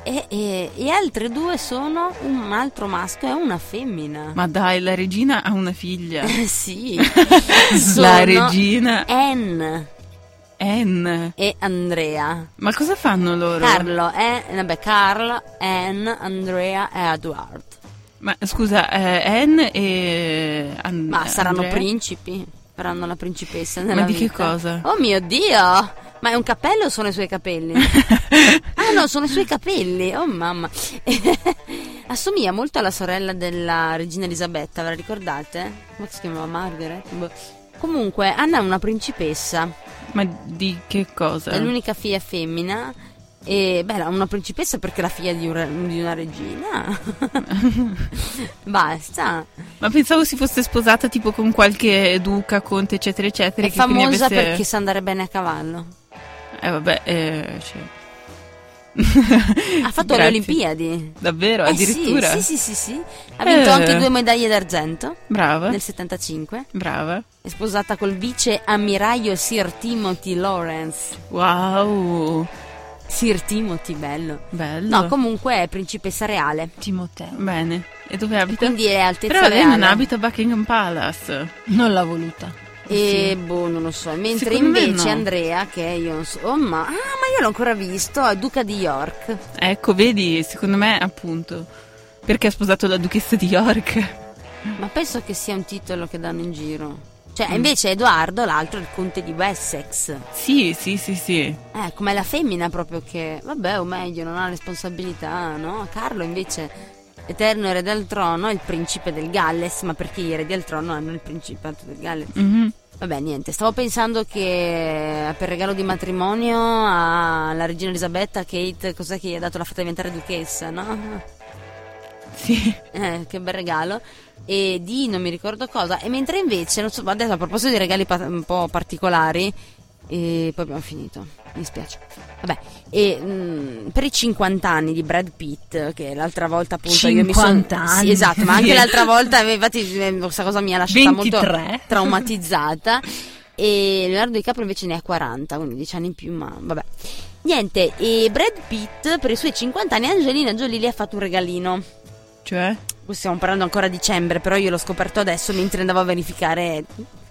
[SPEAKER 1] E, e, e altre due sono un altro maschio e una femmina.
[SPEAKER 3] ma dai, la regina ha una figlia.
[SPEAKER 1] Eh, sì,
[SPEAKER 3] La
[SPEAKER 1] Sono
[SPEAKER 3] regina
[SPEAKER 1] Anne
[SPEAKER 3] Anne.
[SPEAKER 1] e Andrea.
[SPEAKER 3] Ma cosa fanno loro?
[SPEAKER 1] Carlo, eh, vabbè, Carl, Anne, Andrea e Edward.
[SPEAKER 3] Ma scusa, eh, Anne e. An-
[SPEAKER 1] Ma saranno
[SPEAKER 3] Andrea?
[SPEAKER 1] principi? Faranno la principessa nella
[SPEAKER 3] di che
[SPEAKER 1] vita.
[SPEAKER 3] cosa?
[SPEAKER 1] Oh mio Dio! Ma è un cappello o sono i suoi capelli? ah no, sono i suoi capelli! Oh mamma! Assomiglia molto alla sorella della regina Elisabetta, ve la ricordate? Come si chiamava Margaret? Boh. Comunque, Anna è una principessa,
[SPEAKER 3] Ma di che cosa?
[SPEAKER 1] è l'unica figlia femmina E beh, era una principessa perché era figlia di, un re- di una regina. Basta.
[SPEAKER 3] Ma pensavo si fosse sposata tipo con qualche duca, conte, eccetera, eccetera.
[SPEAKER 1] È
[SPEAKER 3] che quindi
[SPEAKER 1] famosa
[SPEAKER 3] avesse-
[SPEAKER 1] perché sa andare bene a cavallo.
[SPEAKER 3] Eh vabbè, eh, cioè.
[SPEAKER 1] Ha fatto
[SPEAKER 3] Grazie.
[SPEAKER 1] le Olimpiadi.
[SPEAKER 3] Davvero,
[SPEAKER 1] Eh sì,
[SPEAKER 3] addirittura?
[SPEAKER 1] Sì, sì, sì, sì. Ha vinto
[SPEAKER 3] Eh.
[SPEAKER 1] anche due medaglie d'argento
[SPEAKER 3] Brava,
[SPEAKER 1] nel 75.
[SPEAKER 3] brava.
[SPEAKER 1] È sposata col vice ammiraglio Sir Timothy Lawrence.
[SPEAKER 3] Wow,
[SPEAKER 1] Sir Timothy, bello.
[SPEAKER 3] bello.
[SPEAKER 1] No, comunque è principessa reale.
[SPEAKER 2] Timoteo.
[SPEAKER 3] Bene, e dove abita?
[SPEAKER 1] Quindi è altezza
[SPEAKER 3] Però lei non
[SPEAKER 1] reale.
[SPEAKER 3] abita a Buckingham Palace.
[SPEAKER 2] Non l'ha voluta.
[SPEAKER 1] E boh, non lo so. Mentre
[SPEAKER 3] Secondo me
[SPEAKER 1] invece
[SPEAKER 3] no.
[SPEAKER 1] Andrea, che io non so. Oh, ma. Ah, ma io l'ho ancora visto. È duca di York.
[SPEAKER 3] Ecco, vedi, secondo me appunto perché ha sposato la duchessa di York.
[SPEAKER 1] Ma penso che sia un titolo che danno in giro.
[SPEAKER 3] Mm.
[SPEAKER 1] Cioè, invece Edoardo, l'altro, è il conte di Wessex.
[SPEAKER 3] Sì, sì, sì, sì.
[SPEAKER 1] Eh, come la femmina proprio che, vabbè, o meglio, non ha responsabilità, no? Carlo invece, eterno erede al trono, è il principe del Galles, ma perché gli eredi al trono hanno il principato del Galles?
[SPEAKER 3] Mhm.
[SPEAKER 1] Vabbè, niente, stavo pensando che eh, per regalo di matrimonio alla regina Elisabetta, Kate, cos'è che gli ha dato la fatta diventare duchessa, no?
[SPEAKER 3] Sì.
[SPEAKER 1] Eh, che bel regalo. E di non mi ricordo cosa. E mentre invece, non so, adesso a proposito di regali pa- un po' particolari, e poi abbiamo finito. Mi dispiace. Vabbè, e, mm, per i 50 anni di Brad Pitt, che l'altra volta appunto io mi sono.
[SPEAKER 2] 50 anni.
[SPEAKER 1] Sì, esatto, ma anche
[SPEAKER 2] Sì.
[SPEAKER 1] l'altra volta, eh, infatti, eh, questa cosa mi ha lasciata molto
[SPEAKER 2] 23.
[SPEAKER 1] traumatizzata. E Leonardo DiCaprio invece ne ha 40, quindi 10 anni in più, ma vabbè. Niente, e Brad Pitt per i suoi 50 anni Angelina Jolie le ha fatto un regalino.
[SPEAKER 3] Cioè?
[SPEAKER 1] Stiamo parlando ancora a dicembre, però io l'ho scoperto adesso mentre andavo a verificare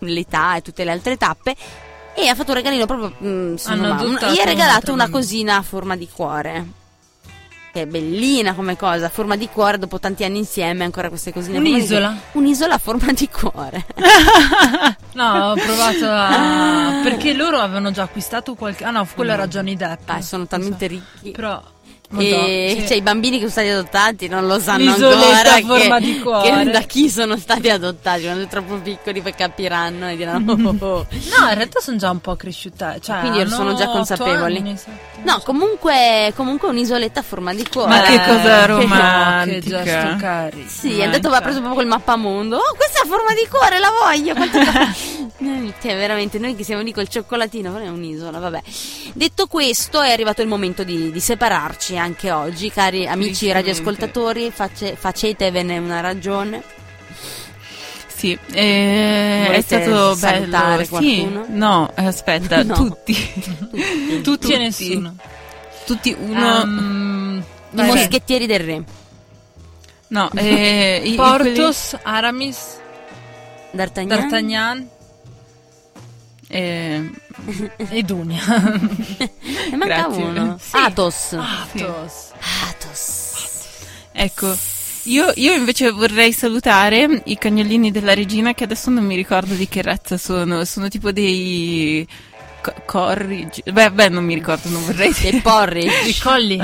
[SPEAKER 1] l'età e tutte le altre tappe. E ha fatto un regalino proprio mm, su
[SPEAKER 2] Hanno
[SPEAKER 1] mamma.
[SPEAKER 2] adottato
[SPEAKER 1] Gli ha regalato
[SPEAKER 2] un
[SPEAKER 1] una
[SPEAKER 2] altro
[SPEAKER 1] cosina a forma di cuore. Che è bellina come cosa, a forma di cuore dopo tanti anni insieme, ancora queste cosine. a forma di-
[SPEAKER 2] Un'isola.
[SPEAKER 1] Un'isola a forma di cuore.
[SPEAKER 2] No, ho provato
[SPEAKER 1] Ah.
[SPEAKER 2] a... perché loro avevano già acquistato qualche... Ah no, quello era Johnny Depp.
[SPEAKER 1] Ah, sono talmente ricchi.
[SPEAKER 2] Però...
[SPEAKER 1] e
[SPEAKER 2] Madonna,
[SPEAKER 1] cioè,
[SPEAKER 2] sì.
[SPEAKER 1] i bambini che sono stati adottati non lo sanno ancora
[SPEAKER 2] L'isoletta a forma
[SPEAKER 1] che,
[SPEAKER 2] di cuore.
[SPEAKER 1] che da chi sono stati adottati quando sono troppo piccoli poi capiranno e diranno "Oh, oh, oh".
[SPEAKER 2] No, in realtà sono già un po' cresciuta. Cioè,
[SPEAKER 1] Quindi
[SPEAKER 2] hanno
[SPEAKER 1] sono già
[SPEAKER 2] otto
[SPEAKER 1] consapevoli.
[SPEAKER 2] anni, sette.
[SPEAKER 1] No, comunque, comunque un'isoletta a forma di cuore.
[SPEAKER 3] Ma che cosa
[SPEAKER 1] che-
[SPEAKER 2] Che
[SPEAKER 3] romantica.
[SPEAKER 2] gesto carino.
[SPEAKER 1] Sì, è andato, ha preso proprio il mappamondo. Oh, questa è a forma di cuore, la voglio. Quanto... Mm, cioè, veramente, noi che siamo lì col cioccolatino, però è un'isola, vabbè. Detto questo, è arrivato il momento di, di separarci anche oggi, cari amici
[SPEAKER 3] Tristemente.
[SPEAKER 1] radioascoltatori. face- facetevene una ragione.
[SPEAKER 3] Sì, eh, è
[SPEAKER 1] Volete
[SPEAKER 3] stato bello.
[SPEAKER 1] salutare
[SPEAKER 3] Sì,
[SPEAKER 1] qualcuno?
[SPEAKER 3] no, eh, aspetta,
[SPEAKER 1] No.
[SPEAKER 3] tutti.
[SPEAKER 2] Tutti e nessuno.
[SPEAKER 3] Tutti uno.
[SPEAKER 2] Ehm,
[SPEAKER 1] I
[SPEAKER 2] vai.
[SPEAKER 1] moschettieri del re.
[SPEAKER 3] no, eh, i- i quelli-
[SPEAKER 2] Portos, Aramis,
[SPEAKER 1] Eh? D'Artagnan.
[SPEAKER 2] D'Artagnan
[SPEAKER 3] eh,
[SPEAKER 2] e Dunia.
[SPEAKER 1] Ne manca
[SPEAKER 3] Grazie.
[SPEAKER 1] uno.
[SPEAKER 3] ah, Sì.
[SPEAKER 1] Athos.
[SPEAKER 2] Portos.
[SPEAKER 1] Athos.
[SPEAKER 3] ecco, io, io invece vorrei salutare i cagnolini della regina che adesso non mi ricordo di che razza sono. Sono tipo dei. co- Corrigi. Beh, beh, non mi ricordo, non vorrei
[SPEAKER 1] Dei
[SPEAKER 3] dire.
[SPEAKER 1] porridge.
[SPEAKER 2] I colli.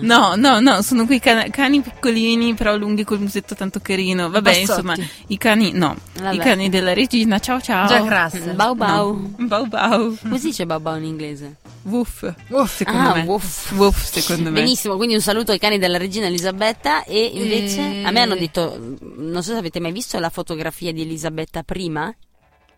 [SPEAKER 3] No, no, no, sono quei cana- cani piccolini, però lunghi col musetto tanto carino. Vabbè,
[SPEAKER 2] Bassotti.
[SPEAKER 3] insomma, i cani. No,
[SPEAKER 1] Vabbè.
[SPEAKER 3] i cani della regina. Ciao
[SPEAKER 1] Oh.
[SPEAKER 3] ciao.
[SPEAKER 2] Jack Russell.
[SPEAKER 1] Bau bau.
[SPEAKER 3] Bau bau.
[SPEAKER 1] Come si dice bau bau in inglese?
[SPEAKER 3] Woof.
[SPEAKER 2] Woof.
[SPEAKER 3] Secondo
[SPEAKER 1] Ah,
[SPEAKER 3] me.
[SPEAKER 1] woof.
[SPEAKER 3] Woof, secondo me.
[SPEAKER 1] Benissimo, quindi un saluto ai cani della regina Elisabetta e invece
[SPEAKER 2] Eh.
[SPEAKER 1] a me hanno detto, mm, non so se avete mai visto la fotografia di Elisabetta prima,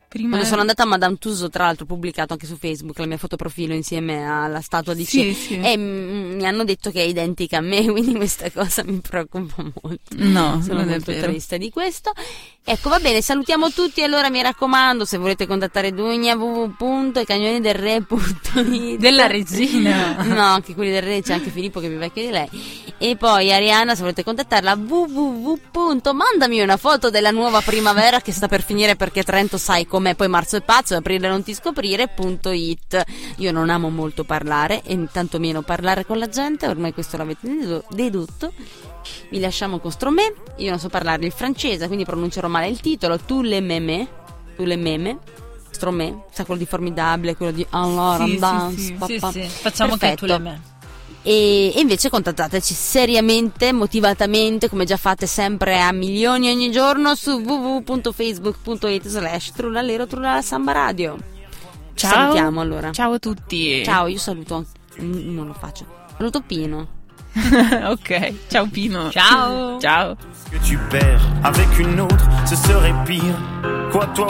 [SPEAKER 3] Prima
[SPEAKER 1] quando sono andata a Madame Tussauds tra l'altro ho pubblicato anche su Facebook la mia fotoprofilo insieme alla statua di
[SPEAKER 3] Sì,
[SPEAKER 1] Che-
[SPEAKER 3] sì.
[SPEAKER 1] e mm, mi hanno detto che è identica a me, quindi questa cosa mi preoccupa molto.
[SPEAKER 3] No,
[SPEAKER 1] Sono
[SPEAKER 3] non è
[SPEAKER 1] molto
[SPEAKER 3] vero.
[SPEAKER 1] triste di questo. Ecco, va bene, salutiamo tutti. Allora mi raccomando, se volete contattare Dugna, www.icagnonidelre.it
[SPEAKER 2] Della regina.
[SPEAKER 1] No, che quelli del re c'è anche Filippo che è più vecchio di lei. E poi Arianna, se volete contattarla, www.mandami una foto della nuova primavera che sta per finire perché Trento sai com'è, poi marzo è pazzo e aprile non ti scoprire.it. Io non amo molto parlare e tanto meno parlare con la gente, ormai questo l'avete dedu- dedotto. Vi lasciamo con Stromè, io non so parlare il francese, quindi pronuncerò male il titolo, tu le meme, tu le meme. Stromè, sa quello di formidabile, quello di allora,
[SPEAKER 3] Sì, sì,
[SPEAKER 1] dance,
[SPEAKER 3] sì.
[SPEAKER 2] Sì,
[SPEAKER 1] papà.
[SPEAKER 2] sì. Facciamo
[SPEAKER 1] Perfetto.
[SPEAKER 2] che tu le me.
[SPEAKER 1] E e invece contattateci seriamente, motivatamente, come già fate sempre a milioni ogni giorno su www.facebook.it slash trullalero trullala samba radio. Ci
[SPEAKER 3] Ciao.
[SPEAKER 1] Salutiamo allora.
[SPEAKER 3] Ciao a tutti.
[SPEAKER 1] Ciao, io saluto. anche- mm, Non lo faccio. Saluto Pino.
[SPEAKER 3] ok, ciao Pino.
[SPEAKER 2] Ciao.
[SPEAKER 3] Ciao.
[SPEAKER 6] Ce que tu perds avec une autre, ce serait pire. Quoi toi